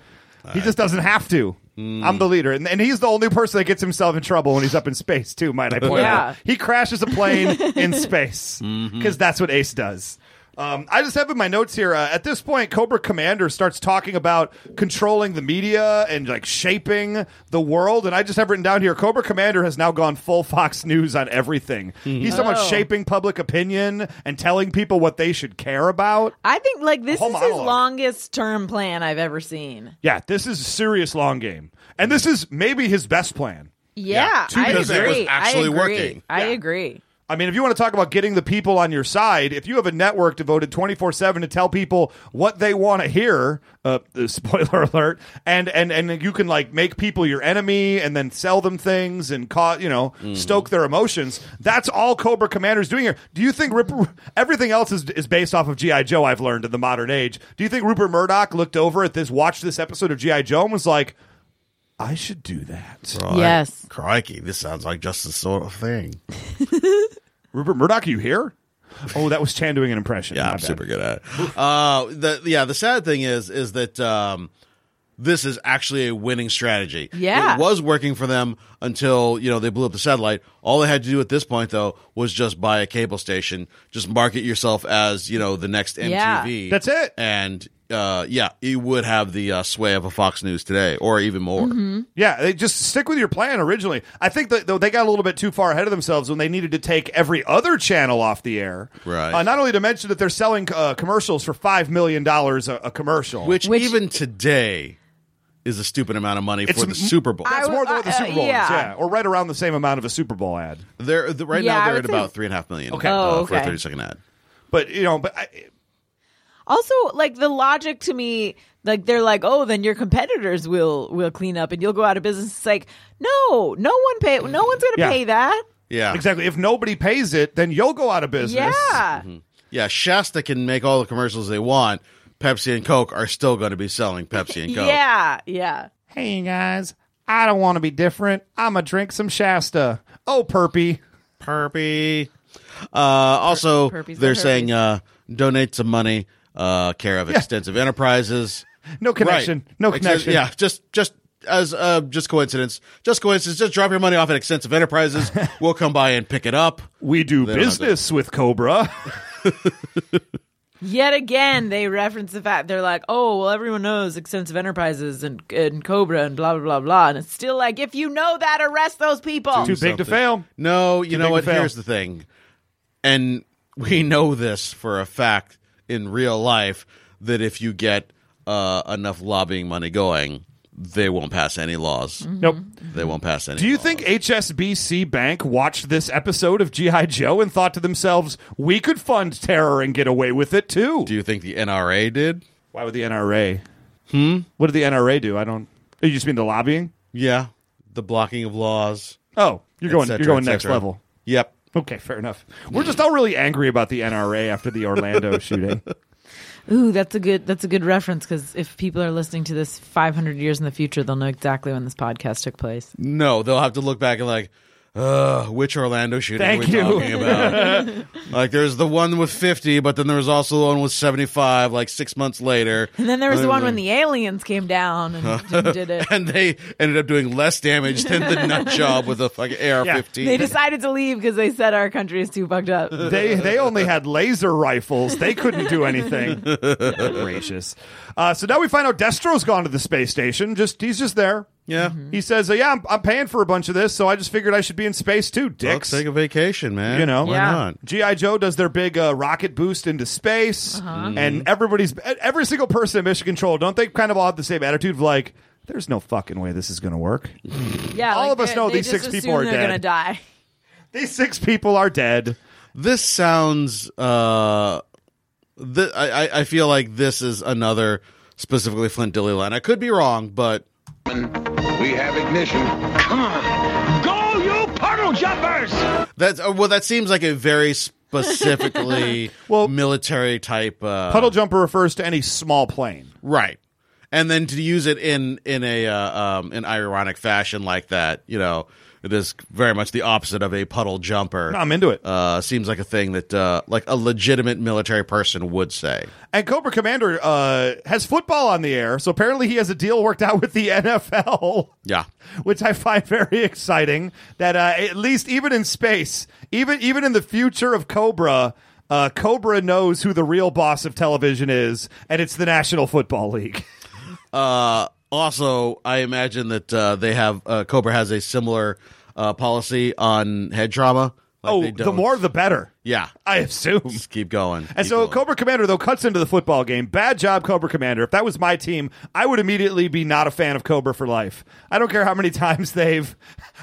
Speaker 4: he just doesn't have to? I'm the leader, and, and he's the only person that gets himself in trouble when he's up in space too. Might I point
Speaker 6: Yeah.
Speaker 4: out? He crashes a plane in space because that's what Ace does. Um, I just have in my notes here. Uh, at this point, Cobra Commander starts talking about controlling the media and like shaping the world. And I just have written down here: Cobra Commander has now gone full Fox News on everything. He's so much
Speaker 6: Oh.
Speaker 4: shaping public opinion and telling people what they should care about.
Speaker 6: I think like this
Speaker 4: Whole
Speaker 6: is his
Speaker 4: monologue.
Speaker 6: longest term plan I've ever seen.
Speaker 4: Yeah, this is a serious long game, and this is maybe his best plan.
Speaker 6: Yeah,
Speaker 5: two
Speaker 6: I
Speaker 5: because it was
Speaker 6: agree.
Speaker 5: actually
Speaker 6: I agree.
Speaker 5: working.
Speaker 6: I
Speaker 4: Yeah.
Speaker 6: agree.
Speaker 4: I mean, if you want to talk about getting the people on your side, if you have a network devoted 24 7 to tell people what they want to hear, uh, uh, spoiler alert, and, and, and you can like make people your enemy and then sell them things and cause, you know,
Speaker 5: Mm-hmm.
Speaker 4: stoke their emotions, that's all Cobra Commander's doing here. Do you think Ripper, everything else is, is based off of G.I. Joe, I've learned in the modern age. Do you think Rupert Murdoch looked over at this, watched this episode of G.I. Joe and was like, I should do that?
Speaker 5: Right.
Speaker 6: Yes.
Speaker 5: Crikey, this sounds like just the sort of thing.
Speaker 4: Rupert Murdoch, are you here? Oh, that was Chan doing an impression.
Speaker 5: Yeah,
Speaker 4: My
Speaker 5: I'm
Speaker 4: bad.
Speaker 5: super good at it. Uh, the yeah, the sad thing is is that um, this is actually a winning strategy.
Speaker 6: Yeah.
Speaker 5: it was working for them until you know they blew up the satellite. All they had to do at this point though was just buy a cable station, just market yourself as you know the next
Speaker 6: Yeah.
Speaker 5: MTV.
Speaker 4: That's it.
Speaker 5: And uh, yeah, you would have the uh, sway of a Fox News today, or even more.
Speaker 6: Mm-hmm.
Speaker 4: Yeah, they just stick with your plan originally. I think that though they got a little bit too far ahead of themselves when they needed to take every other channel off the air.
Speaker 5: Right.
Speaker 4: Uh, not only to mention that they're selling uh, commercials for five million dollars a commercial.
Speaker 5: Which,
Speaker 6: Which-
Speaker 5: even today is a stupid amount of money
Speaker 4: It's
Speaker 5: for the
Speaker 4: m-
Speaker 5: Super Bowl.
Speaker 4: that's
Speaker 6: I
Speaker 4: more
Speaker 6: was-
Speaker 4: than what the
Speaker 6: I-
Speaker 4: Super Bowl
Speaker 6: uh,
Speaker 4: is,
Speaker 6: yeah.
Speaker 4: yeah, or right around the same amount of a Super Bowl ad.
Speaker 5: They're the, right
Speaker 6: Yeah,
Speaker 5: now
Speaker 6: I
Speaker 5: they're
Speaker 6: would
Speaker 5: at
Speaker 6: say-
Speaker 5: about three and a half million.
Speaker 4: Okay.
Speaker 6: Oh,
Speaker 5: for a
Speaker 6: okay.
Speaker 5: thirty second ad.
Speaker 4: But you know, but I,
Speaker 6: Also, like the logic to me, like they're like, oh, then your competitors will will clean up and you'll go out of business. It's like, no, no one pay. No one's going to
Speaker 4: Yeah.
Speaker 6: pay that.
Speaker 5: Yeah,
Speaker 4: exactly, if nobody pays it, then you'll go out of business. Mm-hmm.
Speaker 6: Yeah.
Speaker 5: Yeah, Shasta can make all the commercials they want. Pepsi and Coke are still going to be selling Pepsi and Coke.
Speaker 6: Yeah. Yeah.
Speaker 4: Hey guys, I don't want to be different. I'm gonna drink some Shasta. Oh, perpy.
Speaker 5: Perpy. Uh, also,
Speaker 6: Perpy's
Speaker 5: they're
Speaker 6: not
Speaker 5: saying uh, donate some money, uh, care of extensive enterprises.
Speaker 4: No connection.
Speaker 5: Right.
Speaker 4: No
Speaker 5: Exten-
Speaker 4: connection.
Speaker 5: yeah, just just as uh, just coincidence. Just coincidence. Just drop your money off at extensive enterprises. we'll come by and pick it up.
Speaker 4: We do
Speaker 5: don't have to-
Speaker 4: business with Cobra.
Speaker 6: Yet again, they reference the fact they're like, oh, well, everyone knows extensive enterprises and, and Cobra and blah, blah, blah, blah. And it's still like, if you know that, arrest those people.
Speaker 4: Too big to
Speaker 5: something.
Speaker 4: fail.
Speaker 5: No, you
Speaker 4: big
Speaker 5: know
Speaker 4: to
Speaker 5: what?
Speaker 4: fail.
Speaker 5: Here's the thing. And we know this for a fact in real life that if you get uh, enough lobbying money going, they won't pass any laws.
Speaker 4: Nope.
Speaker 5: They won't pass any.
Speaker 4: Mm-hmm. Do you think HSBC Bank watched this episode of G.I. Joe and thought to themselves, we could fund terror and get away with it too? Do
Speaker 5: you think the NRA did?
Speaker 4: Why would the NRA? Hmm? What did the NRA do? I don't. Oh, You just mean the lobbying?
Speaker 5: Yeah, the blocking of laws.
Speaker 4: Oh, you're
Speaker 5: et
Speaker 4: going,
Speaker 5: cetera,
Speaker 4: you're going
Speaker 5: et
Speaker 4: next
Speaker 5: cetera.
Speaker 4: level.
Speaker 5: Yep.
Speaker 4: Okay, fair enough. We're just all really angry about the NRA after the Orlando shooting.
Speaker 6: Ooh, that's a good that's a good reference because if people are listening to this 500 years in the future, they'll know exactly when this podcast took place.
Speaker 5: No, they'll have to look back and like, uh, which Orlando shooting
Speaker 6: Thank
Speaker 5: are we
Speaker 6: you.
Speaker 5: talking about? like, there's the one with 50, but then there was also the one with 75, like six months later.
Speaker 6: And then there was the one when the aliens came down and Jim did it.
Speaker 5: and they ended up doing less damage than the nut job with a fucking AR-15.
Speaker 6: They decided to leave because they said our country is too fucked up.
Speaker 4: they they only had laser rifles. They couldn't do anything. Gracious. Uh, so now we find out Destro's gone to the space station. Just he's just there.
Speaker 5: Yeah.
Speaker 6: Mm-hmm.
Speaker 4: He says, uh, "Yeah, I'm, I'm paying for a bunch of this, so I just figured I should be in space too."
Speaker 5: Well,
Speaker 4: Dicks.
Speaker 5: take a vacation, man.
Speaker 4: you know,
Speaker 5: why not?
Speaker 4: GI Joe does their big uh, rocket boost into space,
Speaker 5: Mm-hmm.
Speaker 4: and everybody's e, every single person in Mission Control. Don't they kind of all have the same attitude of like, "There's no fucking way this is going to work."
Speaker 6: Yeah,
Speaker 4: All
Speaker 6: like
Speaker 4: of us
Speaker 6: they-
Speaker 4: know
Speaker 6: they
Speaker 4: these
Speaker 6: just
Speaker 4: six people
Speaker 6: assume
Speaker 4: are
Speaker 6: they're
Speaker 4: dead.
Speaker 6: gonna die.
Speaker 4: These six people are dead.
Speaker 5: This sounds. Uh, th- I I- I feel like this is another specifically Flint Dilly line. I could be wrong, but
Speaker 8: We have ignition. Come on. Go, you puddle jumpers!
Speaker 5: that's uh, well. That seems like a very specifically well military type uh,
Speaker 4: Puddle jumper refers to any small plane.
Speaker 5: right? And then to use it in in a uh, um, an ironic fashion like that, you know, it is very much the opposite of a puddle jumper.
Speaker 4: I'm into it.
Speaker 5: uh, seems like a thing that uh, like a legitimate military person would say.
Speaker 4: And Cobra Commander uh, has football on the air, so apparently he has a deal worked out with the NFL,
Speaker 5: Yeah.
Speaker 4: which I find very exciting. That uh, at least even in space, even even in the future of Cobra, uh, Cobra knows who the real boss of television is, and it's the National Football League.
Speaker 5: Uh, also, I imagine that uh, they have uh, Cobra has a similar uh, policy on head trauma. Like
Speaker 4: oh,
Speaker 5: they
Speaker 4: the
Speaker 5: don't-
Speaker 4: more the better,
Speaker 5: yeah.
Speaker 4: I assume.
Speaker 5: Just keep going.
Speaker 4: And so Cobra Commander though cuts into the football game. Bad job, Cobra Commander. If that was my team, I would immediately be not a fan of Cobra for life. I don't care how many times they've,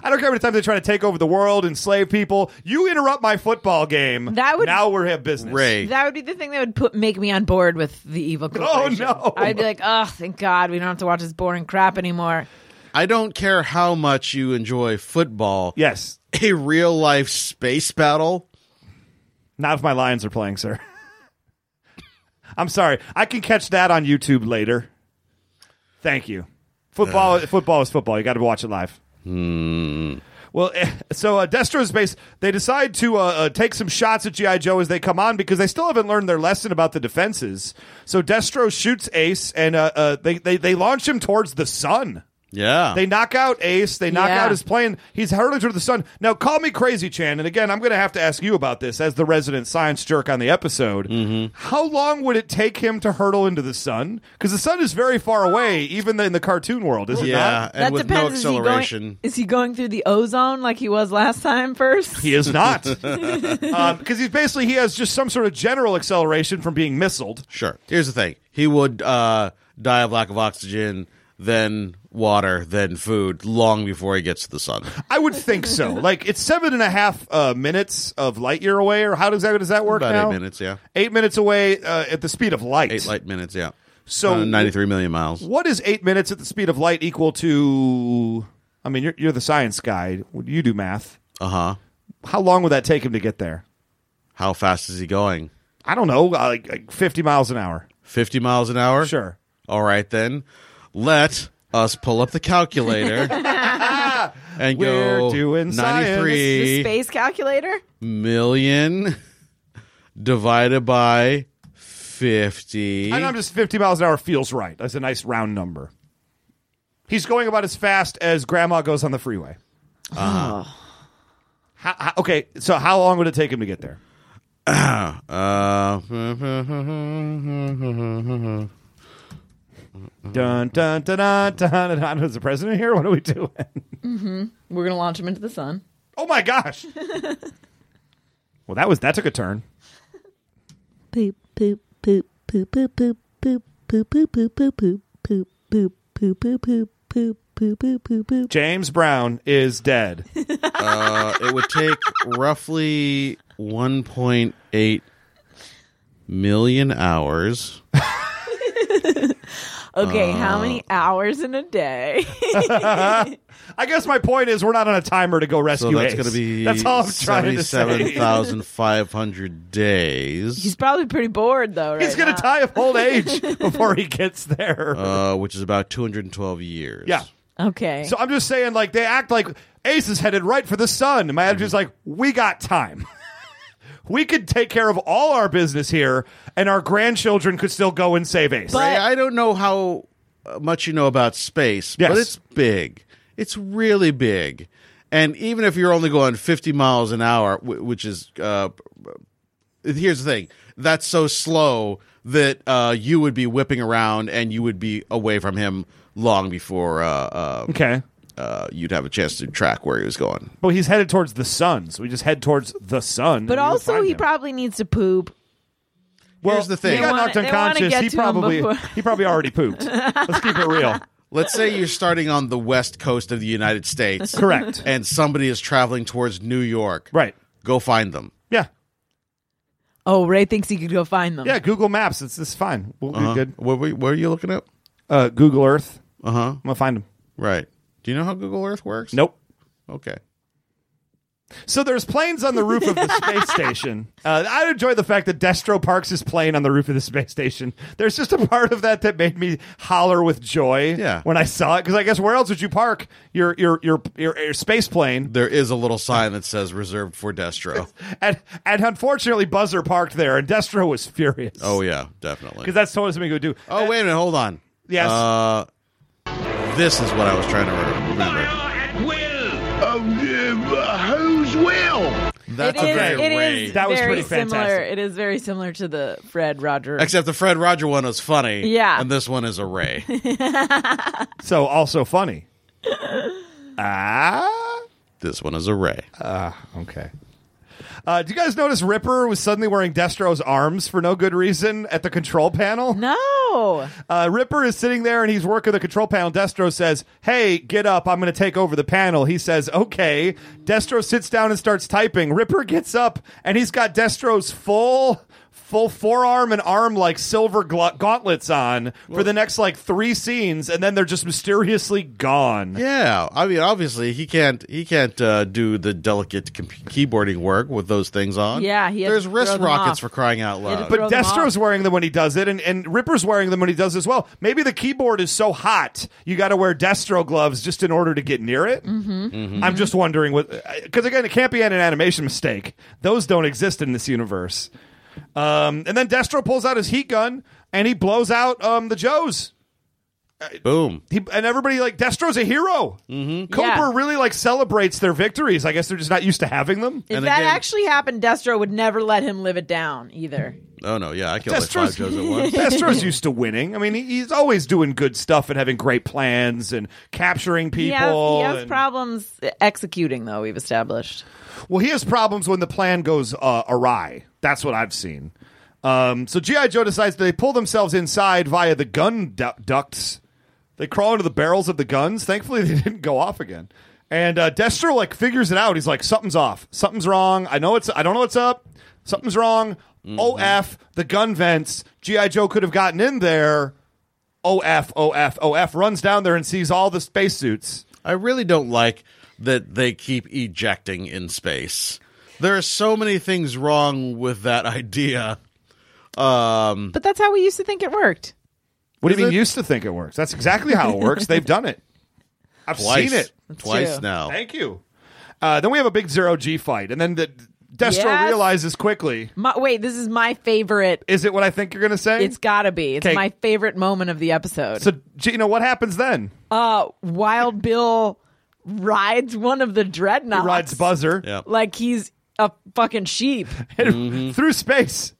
Speaker 4: I don't care how many times they try to take over the world, enslave people. You interrupt my football game.
Speaker 6: That would-
Speaker 4: now we're at business.
Speaker 5: Ray,
Speaker 6: That would be the thing that would put make me on board with the evil.
Speaker 4: Oh
Speaker 6: corporation.
Speaker 4: no!
Speaker 6: I'd be like, oh, thank God, we don't have to watch this boring crap anymore.
Speaker 5: I don't care how much you enjoy football.
Speaker 4: yes,
Speaker 5: A real life space battle.
Speaker 4: not if my Lions are playing, sir. I'm sorry. I can catch that on YouTube later. Thank you. Football, football is football. You got to watch it live. Well, eh, so uh, Destro's base, they decide to uh, uh, take some shots at G.I. Joe as they come on because they still haven't learned their lesson about the defenses. So Destro shoots Ace and uh, uh, they, they, they launch him towards the sun.
Speaker 5: Yeah.
Speaker 4: They knock out Ace. They knock
Speaker 6: Yeah.
Speaker 4: out his plane. He's hurtling toward the sun. Now, call me crazy, Chan. And again, I'm going to have to ask you about this as the resident science jerk on the episode.
Speaker 5: Mm-hmm.
Speaker 4: How long would it take him to hurtle into the sun? Because the sun is very far away, even in the cartoon world, is it
Speaker 5: yeah,
Speaker 4: not?
Speaker 5: and
Speaker 6: that
Speaker 5: with no
Speaker 6: depends.
Speaker 5: acceleration.
Speaker 6: Is he, going, is he going through the ozone like he was last time first?
Speaker 4: He is not. Because he's basically, he has just some sort of general acceleration from being missiled.
Speaker 5: Sure. Here's the thing. He would uh, die of lack of oxygen, then water, then food, long before he gets to the sun.
Speaker 4: I would think so. Like, it's seven and a half uh, minutes of light year away, or how does that, does that work
Speaker 5: About
Speaker 4: now?
Speaker 5: eight minutes, yeah.
Speaker 4: Eight minutes away uh, at the speed of light.
Speaker 5: Eight light minutes, yeah.
Speaker 4: So-
Speaker 5: Uh, 93 million miles.
Speaker 4: What is eight minutes at the speed of light equal to? I mean, you're, you're the science guy. You do math.
Speaker 5: Uh huh.
Speaker 4: How long would that take him to get there?
Speaker 5: How fast is he going?
Speaker 4: I don't know, uh, like, like 50 miles an hour.
Speaker 5: 50 miles an hour?
Speaker 4: Sure.
Speaker 5: All right, then. Let us pull up the calculator and
Speaker 4: We're
Speaker 5: go
Speaker 4: doing science.
Speaker 6: The
Speaker 5: 93
Speaker 6: space calculator?
Speaker 5: million divided by 50.
Speaker 4: I know I'm just 50 miles an hour feels right. That's a nice round number. He's going about as fast as Grandma goes on the freeway. How, how, okay, so how long would it take him to get there?
Speaker 5: Uh,
Speaker 4: Dun dun dun dun dun. dun. Is the president here? What are we doing?
Speaker 6: We're gonna launch him into the sun.
Speaker 4: Oh my gosh! well, that was that took a turn.
Speaker 11: poop poop poop poop poop poop poop poop poop poop poop poop poop poop poop poop poop poop poop poop poop poop.
Speaker 4: James Brown is dead.
Speaker 5: uh, it would take roughly 1.8 million hours.
Speaker 6: Okay, how
Speaker 5: Uh,
Speaker 6: many hours in a day?
Speaker 4: I guess my point is we're not on a timer to go
Speaker 5: So
Speaker 4: rescue.
Speaker 5: that's
Speaker 4: Ace.
Speaker 5: going to be
Speaker 4: that's all I'm trying to say.
Speaker 5: 77,500 days,
Speaker 6: He's probably pretty bored though. Right
Speaker 4: He's gonna
Speaker 6: now.
Speaker 4: die of old age before he gets there.
Speaker 5: uh, which is about 212 years.
Speaker 4: Yeah.
Speaker 6: Okay.
Speaker 4: So I'm just saying, like, they act like Ace is headed right for the sun. And my attitude's like, we got time. we could take care of all our business here, and our grandchildren could still go and save Ace.
Speaker 5: Ray, I don't know how uh, much you know about space,
Speaker 4: Yes.
Speaker 5: but it's big. It's really big. And even if you're only going 50 miles an hour, wh- which is, uh, here's the thing that's so slow that uh, you would be whipping around and you would be away from him long before uh, uh,
Speaker 4: Okay.
Speaker 5: uh, you'd have a chance to track where he was going.
Speaker 4: But he's headed towards the sun, so we just head towards the sun.
Speaker 6: but
Speaker 4: and we would
Speaker 6: also,
Speaker 4: find
Speaker 6: he
Speaker 4: him.
Speaker 6: probably needs to poop.
Speaker 5: Here's the
Speaker 4: he
Speaker 5: thing.
Speaker 4: got
Speaker 6: wanna-
Speaker 4: knocked
Speaker 6: they wanna
Speaker 4: unconscious.
Speaker 6: get
Speaker 4: He
Speaker 6: to him
Speaker 4: probably
Speaker 6: before-
Speaker 4: he probably already pooped. Let's keep it real.
Speaker 5: Let's say you're starting on the west coast of the United States.
Speaker 4: Correct.
Speaker 5: And somebody is traveling towards New York.
Speaker 4: Right.
Speaker 5: Go find them.
Speaker 4: Yeah,
Speaker 6: Oh, Ray thinks he could go find them.
Speaker 4: yeah. Google Maps. It's it's fine. We'll be
Speaker 5: Uh-huh.
Speaker 4: good.
Speaker 5: What were, what are you looking up?
Speaker 4: Uh, Google Earth.
Speaker 5: Uh huh.
Speaker 4: I'm gonna find him.
Speaker 5: Right. Do you know how Google Earth works?
Speaker 4: Uh-huh. Nope.
Speaker 5: Okay.
Speaker 4: So there's planes on the roof of the space station. Uh, I enjoy the fact that Destro parks his plane on the roof of the space station. There's just a part of that that made me holler with joy
Speaker 5: Yeah.
Speaker 4: when I saw it. Because I guess where else would you park your your your your, your space plane?
Speaker 5: There is a little sign that says reserved for Destro.
Speaker 4: And and unfortunately, Buzzer parked there, and Destro was furious.
Speaker 5: oh yeah, definitely.
Speaker 4: because that's totally something he would do.
Speaker 5: oh wait a minute, hold on.
Speaker 4: Yes.
Speaker 5: Uh, this is what I was trying to re- remember.
Speaker 8: who's will?
Speaker 5: That's
Speaker 6: it
Speaker 5: a
Speaker 6: is.
Speaker 5: very
Speaker 6: it
Speaker 5: Ray.
Speaker 6: is
Speaker 4: That was
Speaker 6: very
Speaker 4: pretty fantastic.
Speaker 6: similar. It is very similar to the Fred Roger.
Speaker 5: Except the Fred Roger one was funny.
Speaker 6: Yeah.
Speaker 5: And this one is a Ray.
Speaker 4: So also funny. ah.
Speaker 5: this one is a Ray.
Speaker 4: Okay. Uh, do you guys notice Ripper was suddenly wearing Destro's arms for no good reason at the control panel?
Speaker 6: no.
Speaker 4: Uh, Ripper is sitting there and he's working the control panel. Destro says, Hey, get up. I'm going to take over the panel. He says, Okay. Destro sits down and starts typing. Ripper gets up and he's got Destro's full. Full forearm and arm like silver gla- gauntlets on for the next like three scenes, and then they're just mysteriously gone.
Speaker 5: Yeah, I mean, obviously he can't he can't uh, do the delicate com- keyboarding work with those things on.
Speaker 6: Yeah, he had
Speaker 5: there's
Speaker 6: to
Speaker 5: wrist
Speaker 6: throw them
Speaker 5: rockets
Speaker 6: off.
Speaker 5: for crying out
Speaker 6: had to
Speaker 5: loud.
Speaker 6: throw
Speaker 4: But
Speaker 6: them
Speaker 4: Destro's wearing them when he does it, and, and Ripper's wearing them when he does as well. Maybe the keyboard is so hot, you got to wear Destro gloves just in order to get near it. Mm-hmm. I'm just wondering what, because again, it can't be an animation mistake. Those don't exist in this universe. Um, and then Destro pulls out his heat gun and he blows out um, the Joes.
Speaker 5: Boom.
Speaker 4: He, and everybody like Destro's a hero. Mm-hmm. Cobra
Speaker 6: Yeah.
Speaker 4: really like celebrates their victories. I guess they're just not used to having them.
Speaker 6: If
Speaker 5: And
Speaker 6: that
Speaker 5: again-
Speaker 6: actually happened, Destro would never let him live it down either.
Speaker 5: Oh no, yeah, I killed like
Speaker 4: Destro's-
Speaker 5: five Joes at once.
Speaker 4: Pestro's used to winning. I mean, he- he's always doing good stuff and having great plans and capturing
Speaker 6: He
Speaker 4: people.
Speaker 6: has, he has
Speaker 4: and-
Speaker 6: problems executing, though. We've established.
Speaker 4: well, he has problems when the plan goes uh, awry. That's what I've seen. Um, so GI Joe decides they pull themselves inside via the gun du- ducts. They crawl into the barrels of the guns. Thankfully, they didn't go off again. And uh, Destro like figures it out. He's like, "Something's off. Something's wrong. I know it's. I don't know what's up. Something's wrong." OF the gun vents. GI Joe could have gotten in there. OF OF OF runs down there and sees all the spacesuits.
Speaker 5: I really don't like that they keep ejecting in space. There are so many things wrong with that idea.
Speaker 4: Mm.
Speaker 5: Um,
Speaker 6: But that's how we used to think it worked.
Speaker 4: What do you mean used to think it works? That's exactly how it works. They've done it. I've
Speaker 5: twice,
Speaker 4: seen it.
Speaker 5: twice
Speaker 6: true.
Speaker 5: now.
Speaker 4: Thank you. Uh, then we have a big zero G fight, and then the Destro
Speaker 6: Yes.
Speaker 4: realizes quickly.
Speaker 6: My, wait, this is my favorite.
Speaker 4: Is it what I think you're going to say?
Speaker 6: It's got to be. It's
Speaker 4: Okay.
Speaker 6: my favorite moment of the episode.
Speaker 4: so Gina, what happens then?
Speaker 6: uh, Wild Bill rides one of the dreadnoughts.
Speaker 4: He rides buzzer
Speaker 5: Yep.
Speaker 6: like he's a fucking sheep.
Speaker 4: through space,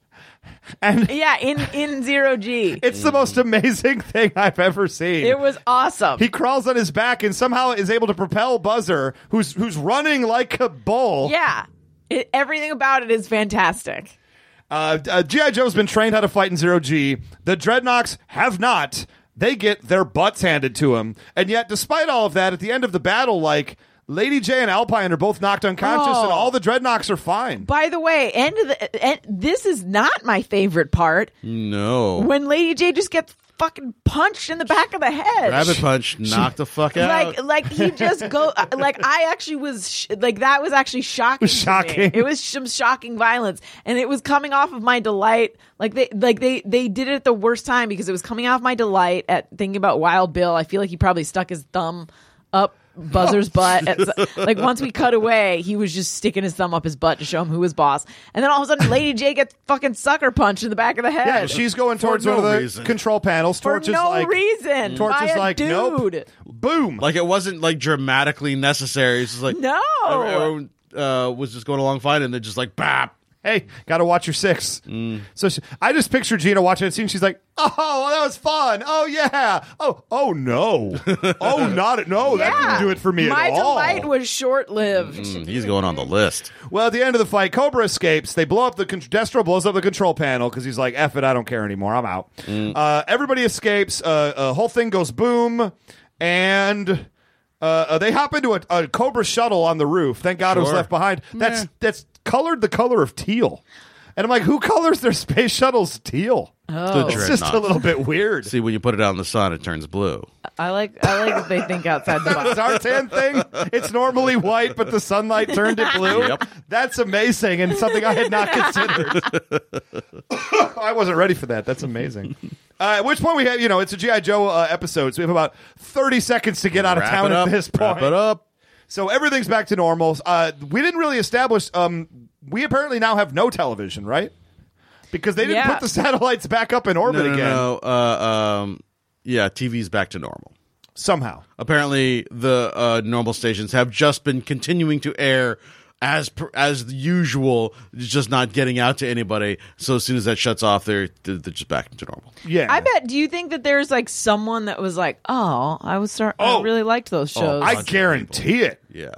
Speaker 4: and
Speaker 6: yeah, in in zero G.
Speaker 4: it's the most amazing thing I've ever seen.
Speaker 6: It was awesome.
Speaker 4: he crawls on his back and somehow is able to propel Buzzer, who's who's running like a bull.
Speaker 6: yeah, it, everything about it is fantastic.
Speaker 4: Uh, uh, G.I. Joe's been trained how to fight in zero G. The Dreadnoks have not. They get their butts handed to them. And yet, despite all of that, at the end of the battle, like, Lady J and Alpine are both knocked unconscious, and
Speaker 6: Oh.
Speaker 4: all the Dreadnoks are fine.
Speaker 6: By the way, end of the end, this is not my favorite part.
Speaker 5: Mm. No.
Speaker 6: When Lady J just gets fucking punched in the back of the head.
Speaker 5: Rabbit Punch knocked the fuck out.
Speaker 6: Like, like he just go. Like I actually was sh- like that was actually shocking.
Speaker 5: was
Speaker 6: to me.
Speaker 5: shocking.
Speaker 6: It was some shocking violence, and it was coming off of my delight. Like they, like they, they did it at the worst time because it was coming off my delight at thinking about Wild Bill. I feel like he probably stuck his thumb up
Speaker 4: Oh.
Speaker 6: Buzzer's butt. At, s- like once we cut away, he was just sticking his thumb up his butt to show him who was boss. And then all of a sudden, Lady J gets fucking sucker punched in the back of the head.
Speaker 4: Yeah, she's going
Speaker 6: For
Speaker 4: towards
Speaker 6: no
Speaker 4: one of the
Speaker 5: reason.
Speaker 4: control panels.
Speaker 6: For
Speaker 4: Torch is
Speaker 6: no
Speaker 4: like,
Speaker 6: reason.
Speaker 4: Torch
Speaker 6: By
Speaker 4: is
Speaker 6: a
Speaker 4: like, nope.
Speaker 6: dude.
Speaker 4: Boom.
Speaker 5: Like it wasn't like dramatically necessary. It's just like
Speaker 6: No.
Speaker 4: Oh,
Speaker 5: Everyone uh, was just going along fine, and they're just like bap.
Speaker 4: Hey, got to watch your six. So she, I just picture Gina watching that scene. She's like, "Oh, that was fun. Oh yeah. Oh, oh no. oh, not at no. That didn't do it for me
Speaker 6: My
Speaker 4: at all." Mm.
Speaker 6: delight was short lived.
Speaker 5: he's going on the list.
Speaker 4: Well, at the end of the fight, Cobra escapes. They blow up the con- Destro blows up the control panel because he's like, "F it, I don't care anymore. I'm out."
Speaker 5: Mm.
Speaker 4: Uh, everybody escapes. Uh, uh, whole thing goes boom, and uh, uh, they hop into a, a Cobra shuttle on the roof. Thank God it was
Speaker 5: Sure.
Speaker 4: left behind. That's that's colored the color of teal, and I'm like, who colors their space shuttles teal?
Speaker 5: Oh.
Speaker 4: It's just a little bit weird.
Speaker 5: See, when you put it out in the sun, it turns blue.
Speaker 6: I like I like that they think outside the box.
Speaker 4: Zartan thing. It's normally white, but the sunlight turned it blue.
Speaker 5: Yep.
Speaker 4: That's amazing and something I had not considered. I wasn't ready for that. That's amazing. Uh, at which point we have, you know, it's a GI Joe uh, episode, so we have about thirty seconds to get out of
Speaker 5: Wrap
Speaker 4: town
Speaker 5: it up,
Speaker 4: at this point.
Speaker 5: wrap it up.
Speaker 4: So everything's back to normal. Uh, we didn't really establish. Um, we apparently now have no television, right? Because they didn't
Speaker 6: Yeah.
Speaker 4: put the satellites back up in orbit
Speaker 5: no, no,
Speaker 4: again
Speaker 5: no. Uh, um, yeah, TV's back to normal.
Speaker 4: somehow.
Speaker 5: Apparently, the uh, normal stations have just been continuing to air as per, as usual, It's just not getting out to anybody. So as soon as that shuts off, they're they're just back to normal.
Speaker 4: Yeah,
Speaker 6: I bet. Do you think that there's like someone that was like, "Oh, I was start. I really liked those shows."
Speaker 4: Oh, I guarantee it.
Speaker 5: Yeah,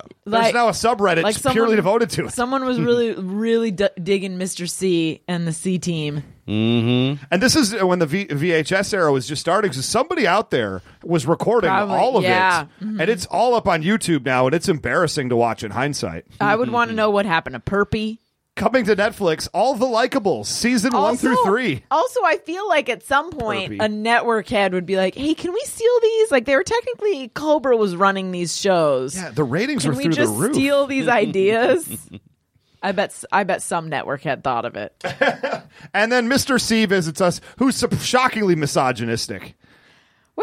Speaker 4: There's
Speaker 6: Like-
Speaker 4: now a subreddit
Speaker 6: like
Speaker 4: just
Speaker 6: someone-
Speaker 4: purely devoted to it.
Speaker 6: Someone was really, really d- digging Mr. C and the C team.
Speaker 5: mm-hmm.
Speaker 4: And this is when the v- VHS era was just starting. So somebody out there was recording
Speaker 6: Probably,
Speaker 4: all of
Speaker 6: yeah.
Speaker 4: it, and it's all up on YouTube now. And it's embarrassing to watch in hindsight.
Speaker 6: I would want to know what happened to Perpy.
Speaker 4: Coming to Netflix, all the likables, season one
Speaker 6: Also-
Speaker 4: through three.
Speaker 6: Also, I feel like at some point
Speaker 4: Perpy.
Speaker 6: a network head would be like, "Hey, can we steal these?" Like they were technically Cobra was running these shows.
Speaker 4: Yeah, the ratings
Speaker 6: can
Speaker 4: were
Speaker 6: we
Speaker 4: through
Speaker 6: just
Speaker 4: the roof.
Speaker 6: steal these ideas? I bet. s- I bet some network had thought of it.
Speaker 4: and then Mr. C visits us, who's sup- shockingly misogynistic.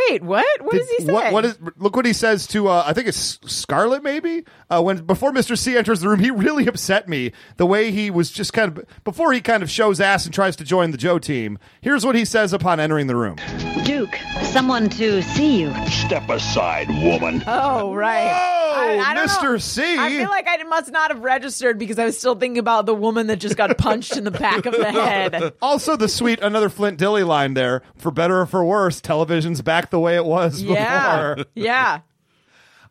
Speaker 6: Wait, what? What does he say?
Speaker 4: What, what is? Look what he says to. Uh, I think it's Scarlet. Maybe uh, when before Mister C enters the room, he really upset me. The way he was just kind of before he kind of shows ass and tries to join the Joe team. Here's what he says upon entering the room.
Speaker 12: Duke, someone to see you.
Speaker 8: Step aside, woman.
Speaker 6: Oh right,
Speaker 4: Whoa,
Speaker 6: I, I don't know.
Speaker 4: Mr. C.
Speaker 6: I feel like I must not have registered because I was still thinking about the woman that just got punched in the back of the head.
Speaker 4: also, the sweet another Flint Dilly line there. For better or for worse, television's back the way it was
Speaker 6: Yeah,
Speaker 4: before.
Speaker 6: yeah.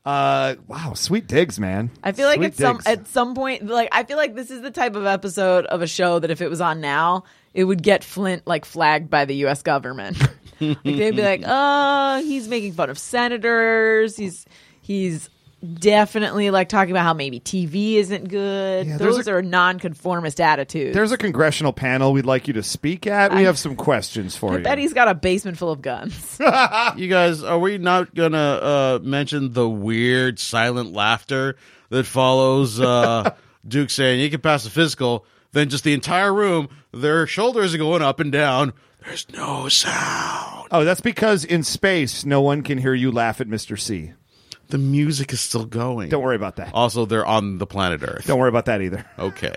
Speaker 4: Uh, wow, sweet digs, man.
Speaker 6: I feel like
Speaker 4: Sweet
Speaker 6: at some
Speaker 4: digs.
Speaker 6: at some point, like I feel like this is the type of episode of a show that if it was on now, it would get Flint like flagged by the U.S. government. like they'd be like, "Oh, he's making fun of senators. He's he's." Definitely like talking about how maybe TV isn't good.
Speaker 4: Yeah, there's
Speaker 6: Those
Speaker 4: a-
Speaker 6: are nonconformist attitudes.
Speaker 4: There's a congressional panel we'd like you to speak at. We
Speaker 6: I-
Speaker 4: have some questions for
Speaker 6: I
Speaker 4: you.
Speaker 6: bet he's got a basement full of guns.
Speaker 5: you guys, are we not gonna uh, mention the weird silent laughter that follows uh, Duke saying you can pass the physical? Then just the entire room, their shoulders are going up and down. There's no sound.
Speaker 4: Oh, that's because in space, no one can hear you laugh at Mr. C.
Speaker 5: The music is still going.
Speaker 4: Don't worry about that.
Speaker 5: Also, they're on the planet Earth.
Speaker 4: Don't worry about that either.
Speaker 5: Okay,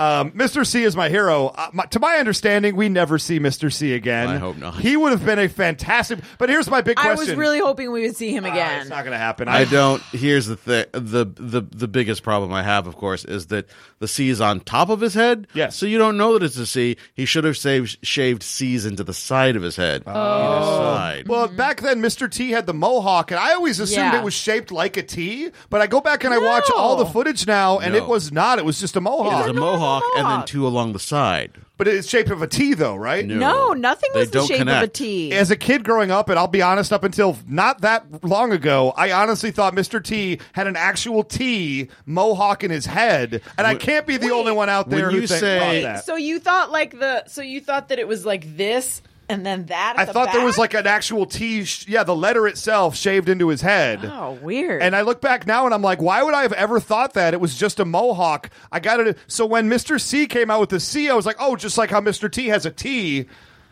Speaker 4: Um, Mr. C is my hero. Uh, my, to my understanding, we never see Mr. C again.
Speaker 5: I hope not.
Speaker 4: He would have been a fantastic. But here's my big
Speaker 6: I
Speaker 4: question. Ah,
Speaker 6: was really hoping we would see him again.
Speaker 4: It's not going to happen.
Speaker 5: I don't. Here's the thing. the the The biggest problem I have, of course, is that the C is on top of his head. Yes. So you don't know that it's a C. He should have saved, shaved C's into the side of his head. Oh. Either side.
Speaker 4: Well, back then, Mr. T had the mohawk, and I always assumed
Speaker 6: Yeah.
Speaker 4: it was shaped like a T. But I go back and I watch
Speaker 6: No.
Speaker 4: all the footage now, and
Speaker 5: No.
Speaker 4: it was not. It was just a mohawk.
Speaker 5: There's a mohawk, and then
Speaker 6: mohawk.
Speaker 5: two along the side.
Speaker 4: But it's shape of a T, though, right?
Speaker 6: No, nothing was the shape of a T.
Speaker 4: As a kid growing up, and I'll be honest, up until not that long ago, I honestly thought Mr. T had an actual T mohawk in his head, and I can't be the only one out there
Speaker 5: when
Speaker 4: who
Speaker 5: you
Speaker 4: think-
Speaker 5: say-
Speaker 4: thought
Speaker 5: Wait,
Speaker 4: that.
Speaker 6: so you thought like the so you thought that it was like this and then that. At
Speaker 4: I
Speaker 6: the
Speaker 4: thought there
Speaker 6: back?
Speaker 4: was like an actual T. Sh- yeah, the letter itself shaved into his head.
Speaker 6: Oh, weird.
Speaker 4: And I look back now and I'm like, why would I have ever thought that? It was just a mohawk. I got it. So when Mr. C came out with the C, I was like, oh, just like how Mr. T has a T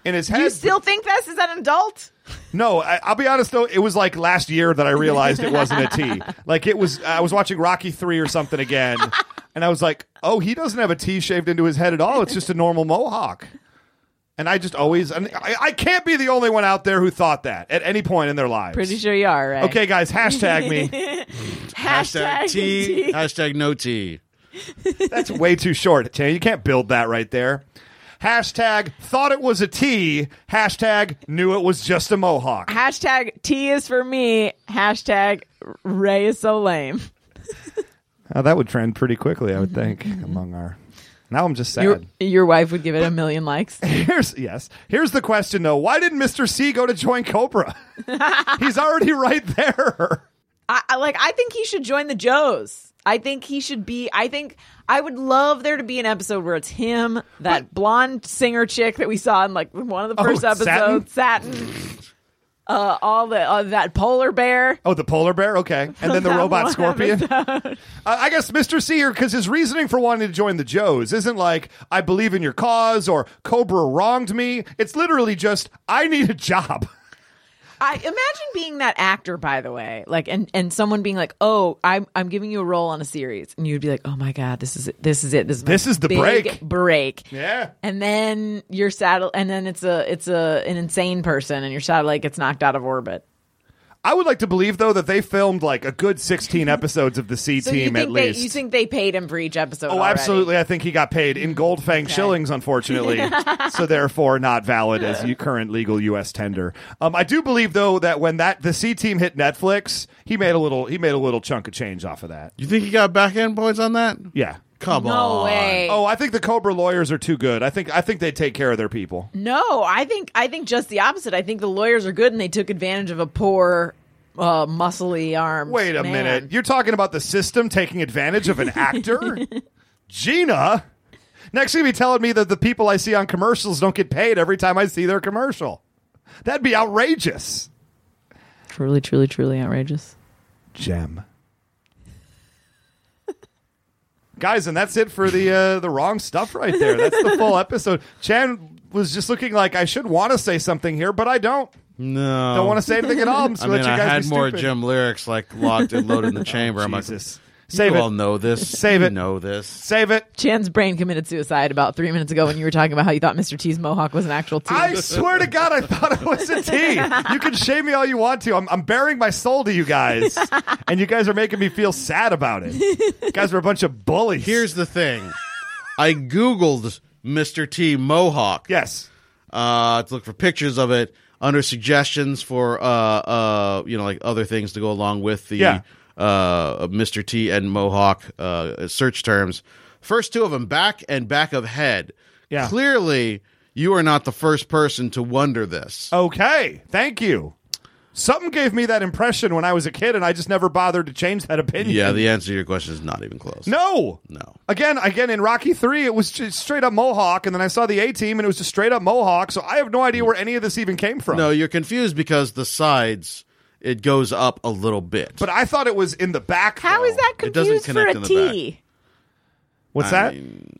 Speaker 4: in his head.
Speaker 6: you still think this is an adult?
Speaker 4: No, I, I'll be honest though. It was like last year that I realized it wasn't a T. Like it was, I was watching Rocky Three or something again, and I was like, "Oh, he doesn't have a T shaved into his head at all. It's just a normal mohawk." And I just always, and I, I can't be the only one out there who thought that at any point in their lives.
Speaker 6: Pretty sure you are, right?
Speaker 4: Okay, guys, hashtag me.
Speaker 6: hashtag T.
Speaker 4: Hashtag no T. That's way too short, Chan. You can't build that right there. Hashtag thought it was a T. Hashtag knew it was just a mohawk.
Speaker 6: Hashtag T is for me. Hashtag Ray is so lame.
Speaker 4: Uh, that would trend pretty quickly, I would think,
Speaker 6: Mm-hmm.
Speaker 4: among our. Now I'm just sad.
Speaker 6: Your, your wife would give it a million likes.
Speaker 4: Here's yes. Here's the question though: Why did Mister C go to join Cobra? He's already right there.
Speaker 6: I, I like. I think he should join the Joes. I think he should be. I think I would love there to be an episode where it's him, that blonde singer chick that we saw in like one of the
Speaker 4: Oh,
Speaker 6: first episodes, Satin. uh, all the uh, that polar bear.
Speaker 4: Oh, the polar bear. Okay, and then the
Speaker 6: That
Speaker 4: robot
Speaker 6: one
Speaker 4: scorpion. Uh, I guess Mister C here because his reasoning for wanting to join the Joes isn't like I believe in your cause or Cobra wronged me. It's literally just I need a job.
Speaker 6: I imagine being that actor, by the way, like and and someone being like, "Oh, I'm I'm giving you a role on a series," and you'd be like, "Oh my god, this is it, this is it, this is my
Speaker 4: This is the
Speaker 6: big
Speaker 4: break."
Speaker 6: break."
Speaker 4: Yeah.
Speaker 6: and then your saddle, and then it's a it's a an insane person, and your satellite gets knocked out of orbit.
Speaker 4: I would like to believe though that they filmed like a good 16 episodes of the C
Speaker 6: So you
Speaker 4: team
Speaker 6: think
Speaker 4: at
Speaker 6: they
Speaker 4: least.
Speaker 6: you think they paid him for each episode?
Speaker 4: Oh,
Speaker 6: already.
Speaker 4: absolutely. I think he got paid in gold fang shillings, unfortunately. so therefore not valid as you current legal US tender. Um, I do believe though that when that the C team hit Netflix, he made a little he made a little chunk of change off of that.
Speaker 5: You think he got back end points on that?
Speaker 4: Yeah.
Speaker 5: Come
Speaker 6: No
Speaker 5: on.
Speaker 6: way.
Speaker 4: Oh, I think the Cobra lawyers are too good. I think I think they take care of their people.
Speaker 6: No, I think I think just the opposite. I think the lawyers are good, and they took advantage of a poor, uh, muscly arm.
Speaker 4: Wait a minute. You're talking about the system taking advantage of an actor? Gina? Next you're gonna be telling me that the people I see on commercials don't get paid every time I see their commercial. That'd be outrageous.
Speaker 6: Truly, truly, truly outrageous.
Speaker 4: Gem. Guys, and that's it for the uh, the wrong stuff right there. That's the full episode. Chan was just looking like I should want to say something here, but I don't.
Speaker 5: No.
Speaker 4: Don't wanna say anything at all, so
Speaker 5: Oh. I mean,
Speaker 4: let you
Speaker 5: I
Speaker 4: guys
Speaker 5: had
Speaker 4: be
Speaker 5: more
Speaker 4: stupid.
Speaker 5: Jim lyrics like locked and loaded in the chamber. I'm like,
Speaker 4: Save
Speaker 5: you
Speaker 4: it.
Speaker 5: all know this.
Speaker 4: Save
Speaker 5: You
Speaker 4: it.
Speaker 5: Know this.
Speaker 4: Save it.
Speaker 6: Chan's brain committed suicide about three minutes ago when you were talking about how you thought Mr. T's mohawk was an actual T.
Speaker 4: I swear to God, I thought it was a T. You can shame me all you want to. I'm, I'm bearing my soul to you guys, and you guys are making me feel sad about it. You guys are a bunch of bullies.
Speaker 5: Here's the thing. I googled Mr. T Mohawk.
Speaker 4: Yes.
Speaker 5: Uh, to look for pictures of it under suggestions for uh uh you know like other things to go along with the
Speaker 4: Yeah.
Speaker 5: uh Mr. T and Mohawk uh search terms. First two of them back and back of head.
Speaker 4: Yeah.
Speaker 5: Clearly you are not the first person to wonder this.
Speaker 4: Oh, Okay, thank you. Something gave me that impression when I was a kid, and I just never bothered to change that opinion.
Speaker 5: Yeah, the answer to your question is not even close.
Speaker 4: no,
Speaker 5: No.
Speaker 4: Again, again in Rocky Three, it was just straight up Mohawk, and then I saw the A Team, and it was just straight up Mohawk. So I have no idea where any of this even came from.
Speaker 5: No, you're confused because the sides it goes up a little bit.
Speaker 4: but I thought it was in the back.
Speaker 6: How is that
Speaker 5: It doesn't
Speaker 6: confused for
Speaker 5: connect
Speaker 6: a
Speaker 5: in the back.
Speaker 6: T?
Speaker 4: What's
Speaker 5: I
Speaker 4: that?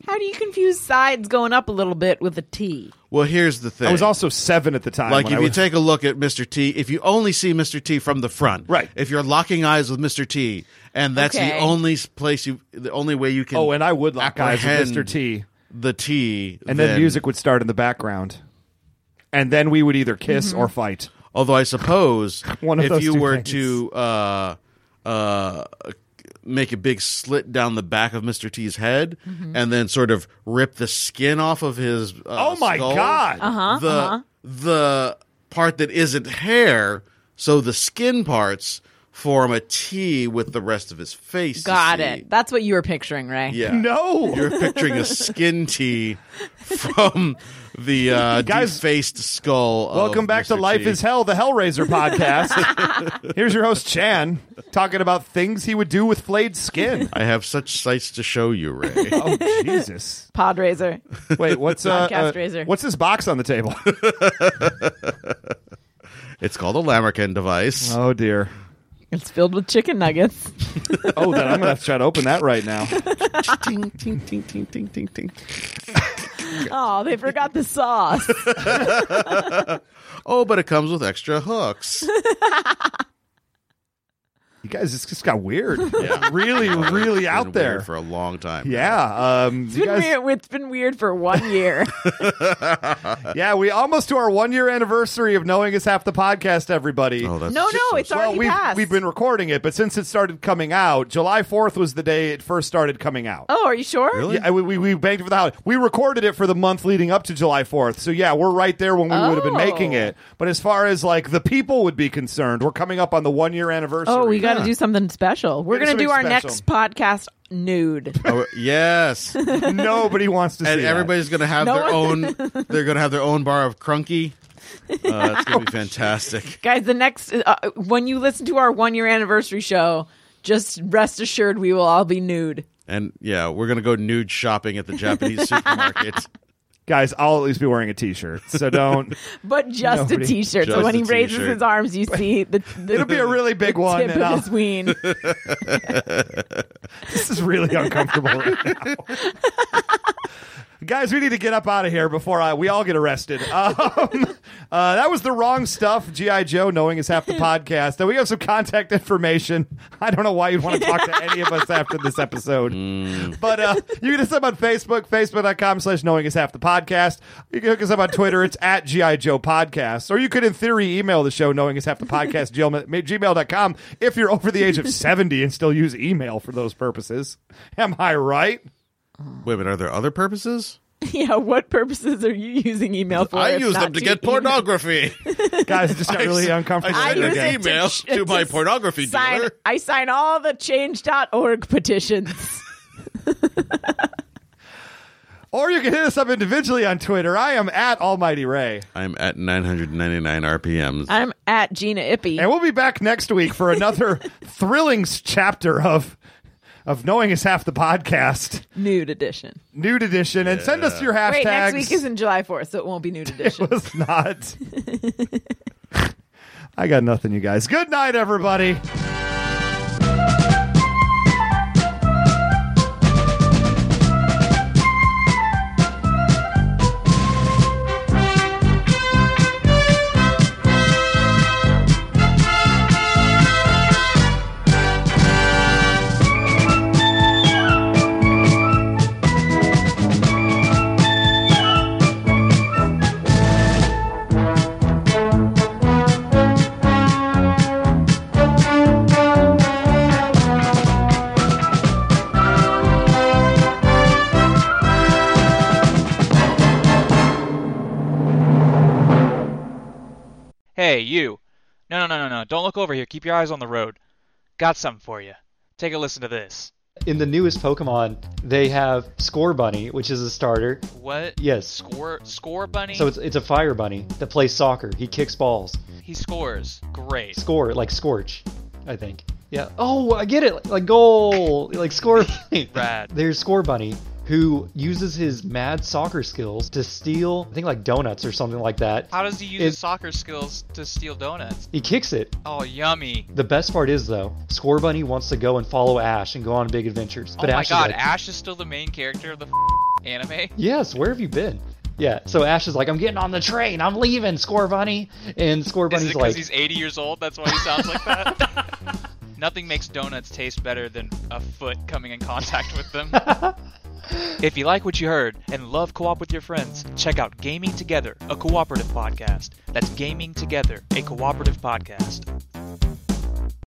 Speaker 6: How do you confuse sides going up a little bit with a T?
Speaker 5: Well, here's the thing.
Speaker 4: I was also seven at the time.
Speaker 5: like
Speaker 4: when
Speaker 5: if
Speaker 4: I
Speaker 5: you
Speaker 4: was-
Speaker 5: take a look at Mr. T, if you only see Mr. T from the front, right? If you're locking eyes with Mr. T, and that's
Speaker 6: Okay.
Speaker 5: the only s- place you, the only way you can.
Speaker 4: oh, and I would lock eyes with
Speaker 5: apprehend
Speaker 4: Mr. T,
Speaker 5: the T,
Speaker 4: and then, music would start in the background, and then we would either kiss
Speaker 6: Mm-hmm.
Speaker 4: or fight.
Speaker 5: Although I suppose
Speaker 4: One of
Speaker 5: if
Speaker 4: those
Speaker 5: you
Speaker 4: two
Speaker 5: were
Speaker 4: things.
Speaker 5: to uh, uh, make a big slit down the back of Mr. T's head
Speaker 6: Mm-hmm.
Speaker 5: and then sort of rip the skin off of his uh,
Speaker 4: Oh my
Speaker 5: skull,
Speaker 4: God.
Speaker 6: Uh-huh,
Speaker 5: the
Speaker 6: uh-huh.
Speaker 5: the part that isn't hair, so the skin parts form a T with the rest of his face. you
Speaker 6: Got
Speaker 5: see.
Speaker 6: it. That's what you were picturing, Ray.
Speaker 5: Yeah.
Speaker 4: No.
Speaker 5: You're picturing a skin T from the uh,
Speaker 4: Guys,
Speaker 5: defaced skull. of
Speaker 4: Welcome back to
Speaker 5: Mr.
Speaker 4: Life
Speaker 5: T.
Speaker 4: is Hell, the Hellraiser podcast. Here's your host, Chan, talking about things he would do with flayed skin.
Speaker 5: I have such sights to show you, Ray.
Speaker 4: Oh, Jesus.
Speaker 6: Pod razor.
Speaker 4: Wait, what's uh,
Speaker 6: Podcast
Speaker 4: uh,
Speaker 6: razor.
Speaker 4: what's this box on the table?
Speaker 5: It's called a Lamerkin device.
Speaker 4: Oh dear.
Speaker 6: It's filled with chicken nuggets.
Speaker 4: oh, then I'm gonna have to try to open that right now.
Speaker 5: ting, ting, ting, ting, ting, ting, ting.
Speaker 6: Oh, they forgot the sauce.
Speaker 5: Oh, but it comes with extra hooks.
Speaker 4: You guys, this just got weird.
Speaker 5: Yeah.
Speaker 4: Really,
Speaker 5: Uh, it's
Speaker 4: really
Speaker 5: been
Speaker 4: out
Speaker 5: weird
Speaker 4: there.
Speaker 5: for a long time.
Speaker 4: Yeah. Um,
Speaker 6: It's
Speaker 4: you
Speaker 6: been
Speaker 4: guys,
Speaker 6: weird. It's been weird for one year.
Speaker 4: yeah, we almost to our one year anniversary of knowing is half the podcast, everybody.
Speaker 5: Oh, that's
Speaker 6: no, no, it's
Speaker 4: well,
Speaker 6: already
Speaker 4: we've,
Speaker 6: passed.
Speaker 4: we've been recording it, but since it started coming out, July 4th was the day it first started coming out.
Speaker 6: oh, are you sure?
Speaker 5: Really?
Speaker 4: Yeah, we, we, we banked it for the holiday. We recorded it for the month leading up to July 4th. So, yeah, we're right there when we would have been
Speaker 6: Oh.
Speaker 4: making it. But as far as like the people would be concerned, we're coming up on the one year anniversary.
Speaker 6: Oh, we got to do something special. We're
Speaker 4: Gotta
Speaker 6: going to
Speaker 4: do
Speaker 6: do our
Speaker 4: something
Speaker 6: next podcast nude.
Speaker 5: Oh, yes. And
Speaker 4: Nobody wants to see that.
Speaker 5: everybody's going to have
Speaker 6: No
Speaker 5: their
Speaker 6: one-
Speaker 5: own they're going to have their own bar of crunky. Uh, it's going to be fantastic.
Speaker 6: Guys, the next, uh, when you listen to our one year anniversary show, just rest assured we will all be nude.
Speaker 5: And yeah, we're going to go nude shopping at the Japanese supermarket.
Speaker 4: Guys, I'll at least be wearing a t shirt. So, don't.
Speaker 6: But just
Speaker 4: Nobody-
Speaker 6: a t shirt. So
Speaker 5: Just
Speaker 6: when
Speaker 5: a
Speaker 6: he raises
Speaker 5: t-shirt.
Speaker 6: his arms, you see the, the
Speaker 4: It'll be a really big one.
Speaker 6: tip
Speaker 4: And
Speaker 6: of
Speaker 4: I'll,
Speaker 6: his ween.
Speaker 4: this is really uncomfortable right now. Guys, we need to get up out of here before I, we all get arrested. Um, uh, that was the wrong stuff. G.I. Joe knowing is half the podcast. And we have some contact information. I don't know why you'd want to talk to any of us after this episode. But uh, you can hit us up on Facebook, facebook.com slash knowing is half the podcast. You can hook us up on Twitter. It's at G.I. Joe Podcast. Or you could, in theory, email the show knowing is half the podcast, gmail.com, if you're over the age of 70 and still use email for those purposes. Am I right?
Speaker 5: Wait, but are there other purposes?
Speaker 6: yeah, what purposes are you using email for?
Speaker 5: I
Speaker 6: if
Speaker 5: use
Speaker 6: not
Speaker 5: them to get
Speaker 6: email?
Speaker 5: pornography.
Speaker 4: Guys, it just got really uncomfortable.
Speaker 5: I
Speaker 6: I
Speaker 5: send
Speaker 6: use
Speaker 5: an
Speaker 6: it to-
Speaker 5: email to my pornography
Speaker 6: sign,
Speaker 5: dealer.
Speaker 6: I sign all the change.org petitions.
Speaker 4: Or you can hit us up individually on Twitter. I am at Almighty Ray.
Speaker 5: I'm at 999 RPMs.
Speaker 6: I'm at Gina Ippy.
Speaker 4: And we'll be back next week for another thrilling s- chapter of of knowing is half the podcast.
Speaker 6: nude edition.
Speaker 4: Nude edition. And send us your hashtags.
Speaker 6: Wait, next week isn't July 4th, so it won't be nude edition.
Speaker 4: It's not. I got nothing, you guys. Good night, everybody.
Speaker 13: Hey, you. No, no, no, no, no. Don't look over here. Keep your eyes on the road. Got something for you. Take a listen to this.
Speaker 14: In the newest Pokemon, they have Score Bunny, which is a starter.
Speaker 13: What?
Speaker 14: Yes.
Speaker 13: Score score bunny?
Speaker 14: So it's it's a fire bunny that plays soccer. He kicks balls.
Speaker 13: he scores. Great.
Speaker 14: Score like Scorch, I think. Yeah. Oh, I get it. Like goal. Like Score Bunny.
Speaker 13: Rad.
Speaker 14: There's Score Bunny who uses his mad soccer skills to steal I think like donuts or something like that.
Speaker 13: How does he use
Speaker 14: It-
Speaker 13: his soccer skills to steal donuts?
Speaker 14: He kicks it.
Speaker 13: Oh, yummy.
Speaker 14: The best part is though, Score Bunny wants to go and follow Ash and go on big adventures. But
Speaker 13: oh my
Speaker 14: Ash
Speaker 13: god,
Speaker 14: is like,
Speaker 13: Ash is still the main character of the f- anime?
Speaker 14: Yes, where have you been? Yeah, so Ash is like, I'm getting on the train, I'm leaving, Score Bunny. And Score
Speaker 13: Is it
Speaker 14: Bunny's
Speaker 13: because
Speaker 14: like,
Speaker 13: he's 80 years old? That's why he sounds like that? Nothing makes donuts taste better than a foot coming in contact with them. if you like what you heard and love co op with your friends, check out Gaming Together, a cooperative podcast. That's Gaming Together, a cooperative podcast.